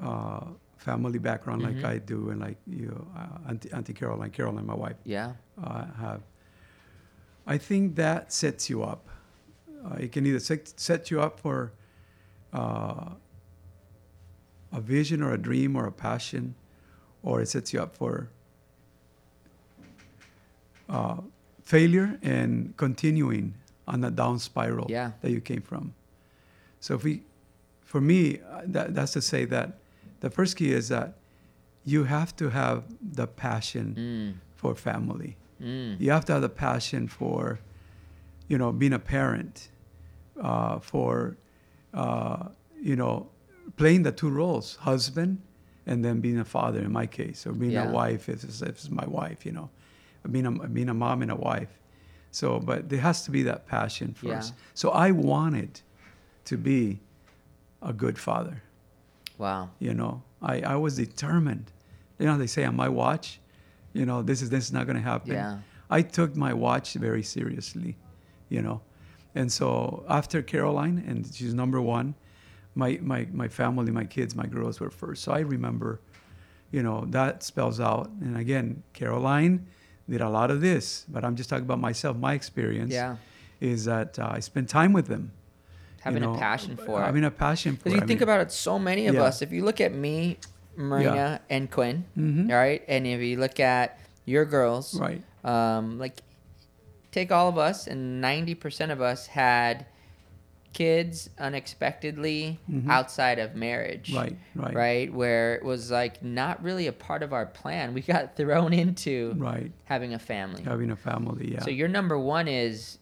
S2: uh, family background like I do, and like you, uh, Auntie, Auntie Caroline, Caroline, my wife,
S1: Yeah.
S2: uh, have, I think that sets you up. Uh, it can either set, set you up for uh, a vision or a dream or a passion, or it sets you up for uh, failure and continuing on the down spiral
S1: Yeah.
S2: that you came from. So if we, for me, uh, that, that's to say that the first key is that you have to have the passion for family.
S1: Mm.
S2: You have to have the passion for, you know, being a parent, uh, for, uh, you know, playing the two roles, husband, and then being a father. In my case, or being
S1: Yeah.
S2: a wife if it's, if it's my wife, you know, being a being a mom and a wife. So, but there has to be that passion
S1: Yeah.
S2: first. So I wanted to be a good father.
S1: Wow.
S2: You know, I, I was determined. You know, they say on my watch, you know, this is this is not going to happen.
S1: Yeah.
S2: I took my watch very seriously, you know, and so after Caroline and she's number one, my my my family, my kids, my girls were first. So I remember, you know, that spells out. And again, Caroline did a lot of this, but I'm just talking about myself, my experience.
S1: Yeah.
S2: Is that uh, I spent time with them. you
S1: Having a
S2: know,
S1: passion for it.
S2: Having a passion for.
S1: Because
S2: it.
S1: you
S2: I
S1: think
S2: mean,
S1: about it, so many of
S2: Yeah.
S1: us. If you look at me, Marina, and Quinn,
S2: Mhm.
S1: all right, and if you look at your girls,
S2: Right.
S1: um, like take all of us, and ninety percent of us had kids unexpectedly outside of marriage,
S2: Mm-hmm. Right, right.
S1: right, where it was like not really a part of our plan. We got <laughs> thrown into
S2: Right.
S1: having a family.
S2: having a family yeah
S1: So your number one is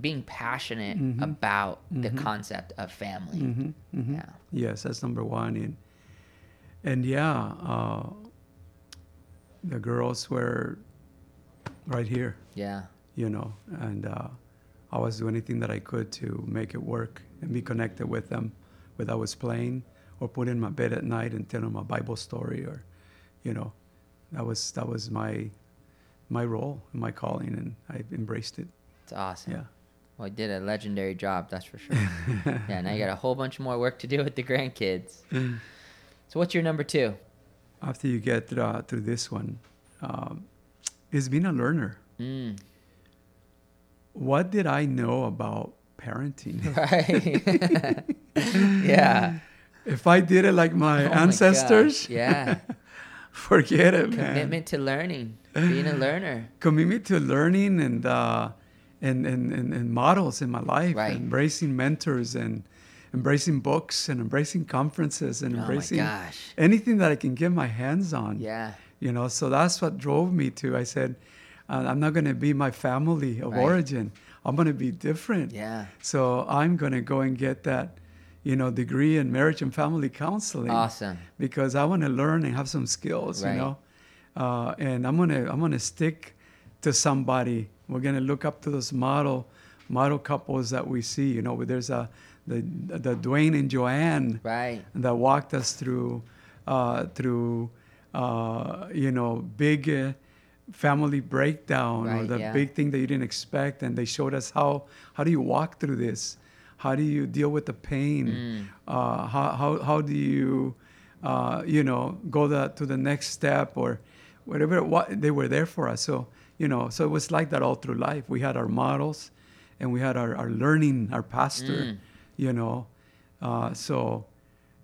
S1: being passionate
S2: Mm-hmm.
S1: about the concept of family.
S2: Mhm, mhm.
S1: Yeah.
S2: yes that's number one and and yeah uh, the girls were right here
S1: Yeah.
S2: you know and uh, i was doing anything that i could to make it work and be connected with them whether i was playing or put in my bed at night and tell them a bible story or you know that was that was my my role and my calling and i embraced it
S1: It's awesome.
S2: yeah
S1: Well, you did a legendary job, that's for
S2: <laughs>
S1: sure. yeah, now you got a whole bunch more work to do with the
S2: <sighs>
S1: grandkids. so what's your number two?
S2: after you get uh, through this one um, is being a learner. <laughs>
S1: Mm, <laughs>
S2: What did I know about
S1: <laughs>
S2: parenting?
S1: right. yeah.
S2: if I did it like my
S1: <laughs> Oh my gosh,
S2: ancestors,
S1: yeah.
S2: forget it, man.
S1: Commitment to learning, being a
S2: <laughs>
S1: learner.
S2: Commitment to learning and uh, and, and, and and models in my life,
S1: Right.
S2: embracing mentors and embracing books and embracing conferences and
S1: Oh my
S2: embracing
S1: gosh.
S2: anything that I can get my hands on.
S1: Yeah.
S2: you know so that's what drove me to i said uh, i'm not going to be my family of
S1: Right.
S2: origin i'm going to be different
S1: Yeah.
S2: so i'm going to go and get that you know degree in marriage and family counseling
S1: Awesome.
S2: because i want to learn and have some skills
S1: Right.
S2: you know uh, and i'm going to i'm going to stick to somebody we're going to look up to those model model couples that we see you know where there's a the the dwayne and joanne
S1: Right.
S2: that walked us through uh, through uh, you know big uh, family breakdown or
S1: Right,
S2: the
S1: yeah.
S2: big thing that you didn't expect and they showed us how how do you walk through this how do you deal with the pain
S1: Mm.
S2: uh, how, how, how do you uh, you know go the, to the next step or whatever what they were there for us so you know so it was like that all through life we had our models and we had our, our learning our pastor
S1: Mm.
S2: you know uh, so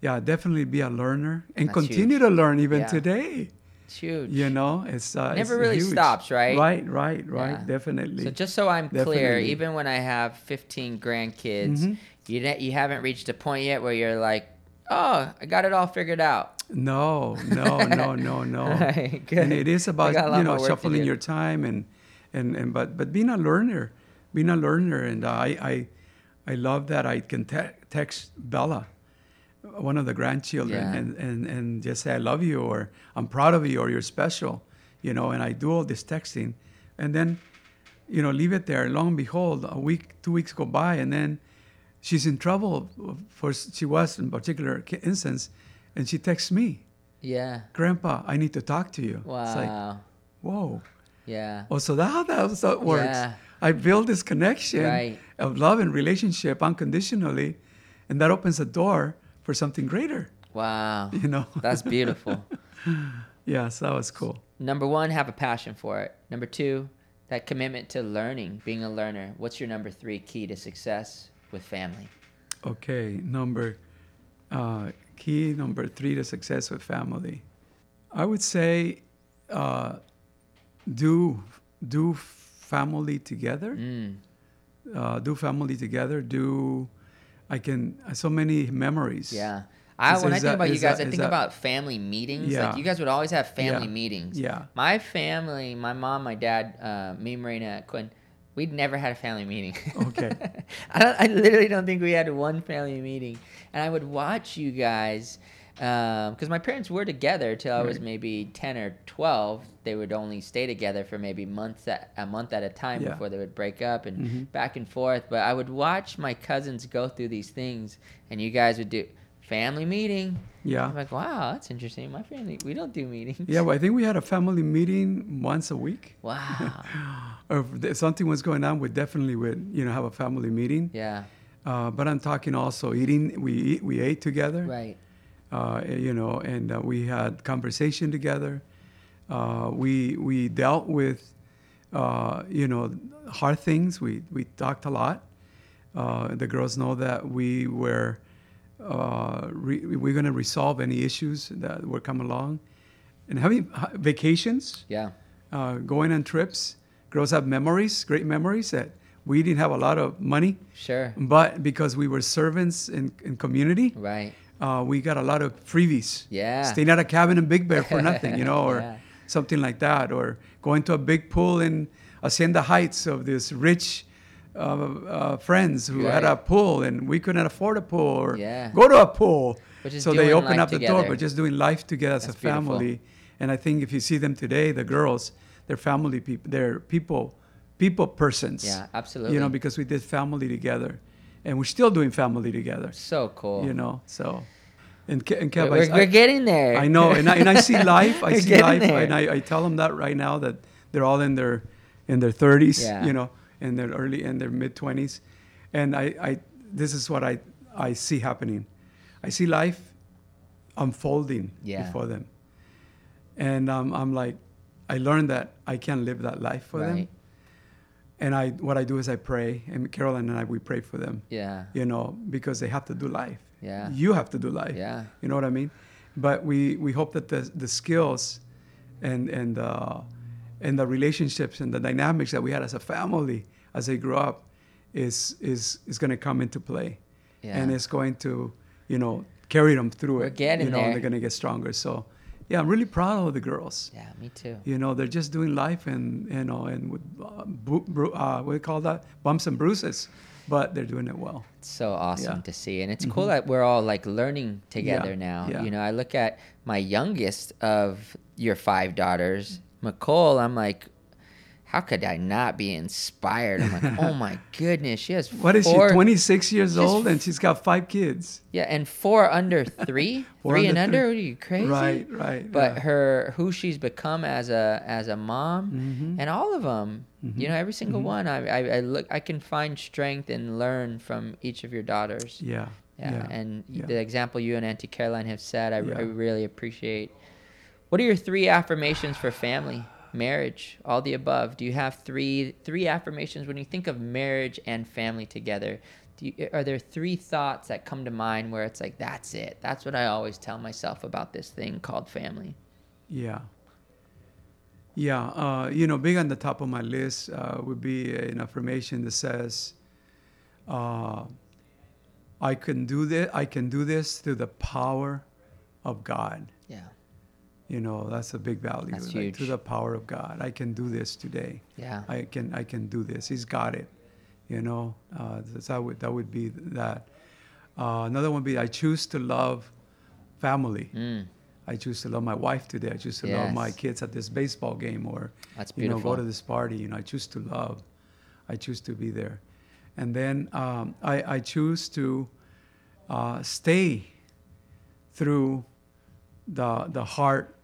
S2: yeah definitely be a learner and
S1: That's
S2: continue to learn even
S1: Yeah.
S2: today
S1: It's huge.
S2: You know, it's uh, it's
S1: Never really
S2: huge.
S1: stops, right?
S2: Right, right, right.
S1: Yeah.
S2: Definitely.
S1: So just so I'm clear,
S2: Definitely.
S1: even when I have 15 grandkids,
S2: Mhm.
S1: you ne- you haven't reached a point yet where you're like, oh, I got it all figured out.
S2: no,
S1: <laughs>
S2: no, no, no, no.
S1: Right, good.
S2: and it is
S1: I
S2: about
S1: got a lot
S2: you know
S1: more work to
S2: shuffling
S1: do.
S2: your time and and and but but being a learner, being a learner, and I I I love that I can te- text Bella, one of the grandchildren,
S1: Yeah.
S2: and and and just say I love you or I'm proud of you or you're special, you know. And I do all this texting, and then you know leave it there. Long and behold, a week, two weeks go by, and then she's in trouble. For she was in particular ca- instance, and she texts me.
S1: Yeah.
S2: Grandpa, I need to talk to you.
S1: Wow.
S2: It's like, whoa.
S1: yeah.
S2: Oh, so that how that, was- that works.
S1: Yeah.
S2: I build this connection
S1: Right.
S2: of love and relationship unconditionally, and that opens a door for something greater. <laughs>
S1: Wow.
S2: You know.
S1: That's
S2: <laughs>
S1: beautiful.
S2: yeah, so that was cool.
S1: number one, have a passion for it. Number two, that commitment to learning, being a learner. What's your number three key to success with family?
S2: Okay, number uh, key number three to success with family. I would say uh, do do family together.
S1: Mm.
S2: Uh, do family together. Do I can uh, so many memories.
S1: Yeah. I,
S2: Is-
S1: when I
S2: is
S1: think
S2: that-
S1: about you
S2: is
S1: guys,
S2: that-
S1: I
S2: is
S1: think
S2: that-
S1: about family meetings.
S2: Yeah.
S1: Like you guys would always have family
S2: Yeah.
S1: meetings.
S2: Yeah.
S1: My family, my mom, my dad, uh, me, Marina, Quinn, we'd never had a family meeting. <laughs>
S2: Okay.
S1: I, don't, I literally don't think we had one family meeting. And I would watch you guys because my parents were together till I was
S2: Right.
S1: maybe ten or twelve. They would only stay together for maybe months at, a month at a time
S2: Yeah.
S1: before they would break up and
S2: Mhm.
S1: back and forth. But I would watch my cousins go through these things, and you guys would do family meeting.
S2: Yeah.
S1: I'm like, wow, that's interesting. My family, we don't do meetings.
S2: Yeah, well, I think we had a family meeting once a week.
S1: Wow.
S2: Or if th- something was going on, we definitely would, you know, have a family meeting.
S1: yeah.
S2: Uh, but I'm talking also eating. We eat, we ate together.
S1: Right.
S2: uh, you know, and uh, we had conversation together. Uh, we we dealt with, uh, you know, hard things. We we talked a lot. Uh, the girls know that we were uh, re- we're going to resolve any issues that were come along, and having uh, vacations,
S1: Yeah.
S2: uh, going on trips. Girls have memories, great memories that we didn't have a lot of money,
S1: Sure.
S2: but because we were servants in, in community,
S1: Right.
S2: uh, we got a lot of freebies.
S1: Yeah.
S2: Staying at a cabin in Big Bear for nothing, you know,
S1: <laughs>
S2: or
S1: Yeah.
S2: something like that, or going to a big pool in Hacienda Heights of this rich uh, uh, friends who had a
S1: Right.
S2: pool and we couldn't afford a pool or
S1: Yeah.
S2: go to a pool.
S1: Which is
S2: so they
S1: doing
S2: open
S1: life
S2: up the door,
S1: together.
S2: but just doing life together as
S1: That's
S2: a
S1: beautiful.
S2: family. And I think if you see them today, the girls, they're family people, they're people, people persons.
S1: Yeah, absolutely.
S2: You know, because we did family together, and we're still doing family together
S1: So cool.
S2: you know. So, and Ke- and Kev,
S1: We're- we're,
S2: I,
S1: we're getting there.
S2: I know, and I and I
S1: <laughs>
S2: see life. I
S1: We're
S2: see
S1: getting
S2: life,
S1: there.
S2: and I, I tell them that right now that they're all in their in their thirties,
S1: Yeah.
S2: you know, in their early in their mid twenties, and I, I this is what I I see happening. I see life unfolding
S1: Yeah.
S2: before them, and um, I'm like, I learned that I can't live that life for them,
S1: Right.
S2: and I what I do is I pray, and Carolyn and I we pray for them
S1: Yeah.
S2: you know, because they have to do life.
S1: Yeah.
S2: You have to do life.
S1: Yeah.
S2: You know what I mean? But we, we hope that the, the skills and, and, uh, and the relationships and the dynamics that we had as a family as they grow up is, is, is going to come into play.
S1: Yeah.
S2: And it's going to, you know, carry them through
S1: We're
S2: it.
S1: getting
S2: you know,
S1: there.
S2: they're going to get stronger. So, yeah, I'm really proud of the girls.
S1: Yeah, me too.
S2: You know, they're just doing life and, you know, and with, uh, bu- bru- uh, what do you call that? Bumps and bruises, but they're doing it well.
S1: It's so awesome
S2: Yeah.
S1: to see. And it's cool that we're all like learning together now.
S2: Mm-hmm. yeah.
S1: You know, I look at my youngest of your five daughters, McCole, I'm like, how could I not be inspired? I'm
S2: <laughs>
S1: like, oh my goodness, she has
S2: What is
S1: four,
S2: she? Twenty six years
S1: She's-
S2: old, and she's got five kids.
S1: Yeah, and four under three,
S2: <laughs> Four
S1: three and
S2: under
S1: under.
S2: three.
S1: What Are you crazy?
S2: Right, right,
S1: But
S2: yeah.
S1: her, who she's become as a as a mom,
S2: Mm-hmm.
S1: and all of them, you know, every single one. I, I I look, I can find strength and learn from each of your daughters.
S2: Yeah,
S1: Yeah, and y-
S2: yeah.
S1: the example you and Auntie Caroline have said, I, r- I
S2: Yeah.
S1: really appreciate. What are your three affirmations for family, marriage, all the above? Do you have three three affirmations when you think of marriage and family together? Do you, are there three thoughts that come to mind where it's like, that's it, that's what I always tell myself about this thing called family?
S2: yeah. Yeah, uh, you know, big on the top of my list uh, would be an affirmation that says, uh, "I can do this. I can do this through the power of God."
S1: Yeah.
S2: You know, that's a big value.
S1: That's
S2: like,
S1: huge.
S2: Through the power of God, I can do this today.
S1: Yeah.
S2: I can I can do this. He's got it. You know, uh, that's- that would that would be that. Uh, another one would be I choose to love family. I choose to love my wife today. I choose to love my
S1: Hmm. Yes.
S2: kids at this baseball game or
S1: That's
S2: you know
S1: beautiful.
S2: go to this party. You know, I choose to love. I choose to be there, and then um, I I choose to uh, stay through the the hard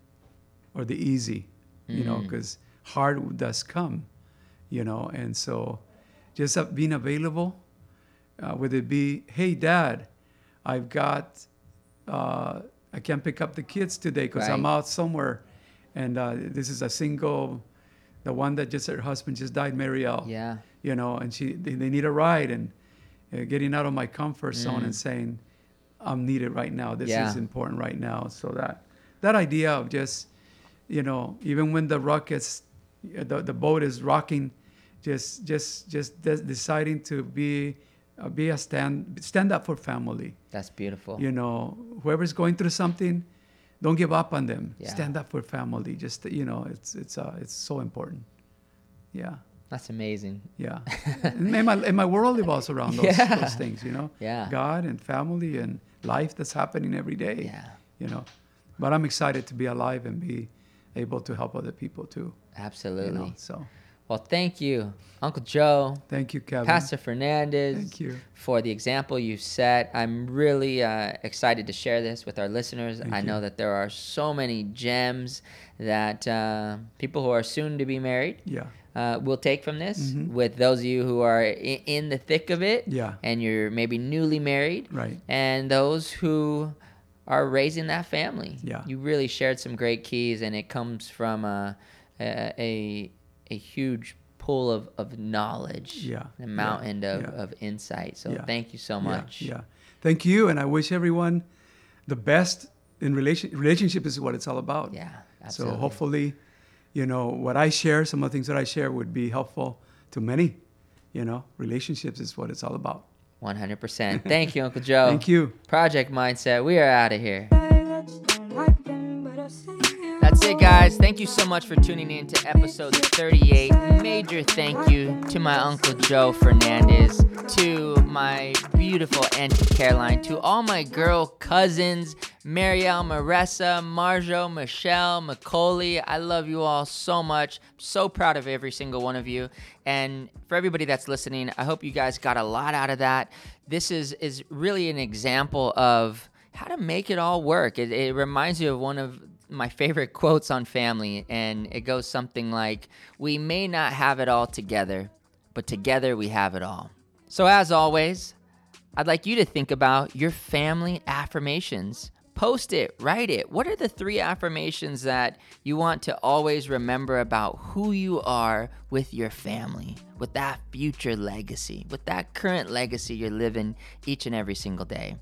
S2: or the easy, you know,
S1: Mm.
S2: because hard does come, you know, and so just uh, being available, uh, whether it be, hey, dad, I've got, uh, I can't pick up the kids today because I'm
S1: Right.
S2: out somewhere, and uh, this is a single, the one that just her husband just died, Marielle
S1: Yeah.
S2: you know, and she they, they need a ride and uh, getting out of my comfort zone and saying, I'm needed right now. This
S1: Mm. Yeah.
S2: is important right now. So that that idea of just, you know, even when the rock is, the, the boat is rocking, just just just de- deciding to be uh, be a stand stand up for family.
S1: That's beautiful.
S2: You know, whoever's going through something, don't give up on them.
S1: Yeah.
S2: Stand up for family. Just you know, it's it's uh, it's so important. Yeah.
S1: That's amazing.
S2: Yeah. and, my, and my world evolves around those,
S1: Yeah.
S2: those things, you know?
S1: Yeah.
S2: God and family and life that's happening every day.
S1: Yeah.
S2: You know? But I'm excited to be alive and be able to help other people too.
S1: Absolutely.
S2: You know? So
S1: Well, thank you, Uncle Joe,
S2: thank you, Kevin.
S1: Pastor Fernandez,
S2: Thank you.
S1: for the example you set. I'm really uh, excited to share this with our listeners.
S2: Thank
S1: I know
S2: you.
S1: that there are so many gems that uh, people who are soon to be married
S2: Yeah.
S1: uh, will take from this.
S2: Mhm.
S1: With those of you who are i in the thick of it,
S2: Yeah.
S1: and you're maybe newly married,
S2: Right.
S1: and those who are raising that family.
S2: Yeah.
S1: You really shared some great keys, and it comes from a a, a, a huge pool of, of knowledge,
S2: Yeah,
S1: a
S2: yeah,
S1: mountain Of,
S2: yeah.
S1: of insight. So
S2: Yeah.
S1: thank you so
S2: Yeah,
S1: much.
S2: Yeah, Thank you. And I wish everyone the best in relation relationship is what it's all about.
S1: Yeah,
S2: So
S1: absolutely.
S2: hopefully, you know, what I share, some of the things that I share would be helpful to many. You know, relationships is what it's all about. <laughs>
S1: 100%. Thank you, Uncle Joe.
S2: Thank you.
S1: Project Mindset, we are out of here.
S3: That's
S1: That's it, guys. Thank you so much for tuning in to episode 38. Major thank you to my Uncle Joe Fernandez, to my beautiful Auntie Caroline, to all my girl cousins, Marielle, Maressa, Marjo, Michelle, McCauley. I love you all so much. So proud of every single one of you. And for everybody that's listening, I hope you guys got a lot out of that. This is is really an example of how to make it all work. It, it reminds you of one of my favorite quotes on family, and it goes something like We may not have it all together, but together we have it all. So, as always, I'd like you to think about your family affirmations. Post it, write it. What are the three affirmations that you want to always remember about who you are with your family, with that future legacy, with that current legacy you're living each and every single day?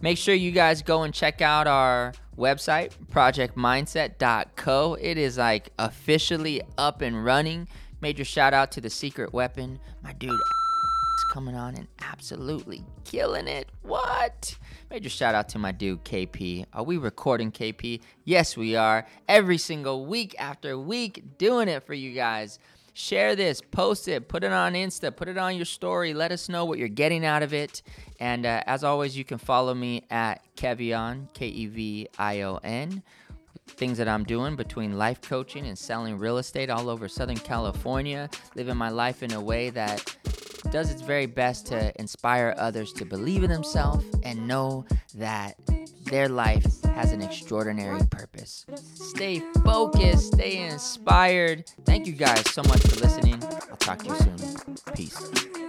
S1: Make sure you guys go and check out our website, projectmindset.co. It is like officially up and running. Major shout out to the secret weapon, my dude is coming on and absolutely killing it. What? Major shout out to my dude KP. Are we recording KP? Yes, we are. Every single week after week, doing it for you guys. Share this, post it, put it on Insta, put it on your story. Let us know what you're getting out of it. And uh, as always, you can follow me at Kevion, K E V I O N things that I'm doing between life coaching and selling real estate all over Southern California, living my life in a way that does its very best to inspire others to believe in themselves and know that their life has an extraordinary purpose. Stay focused, stay inspired. Thank you guys so much for listening. I'll talk to you soon. Peace.
S3: it.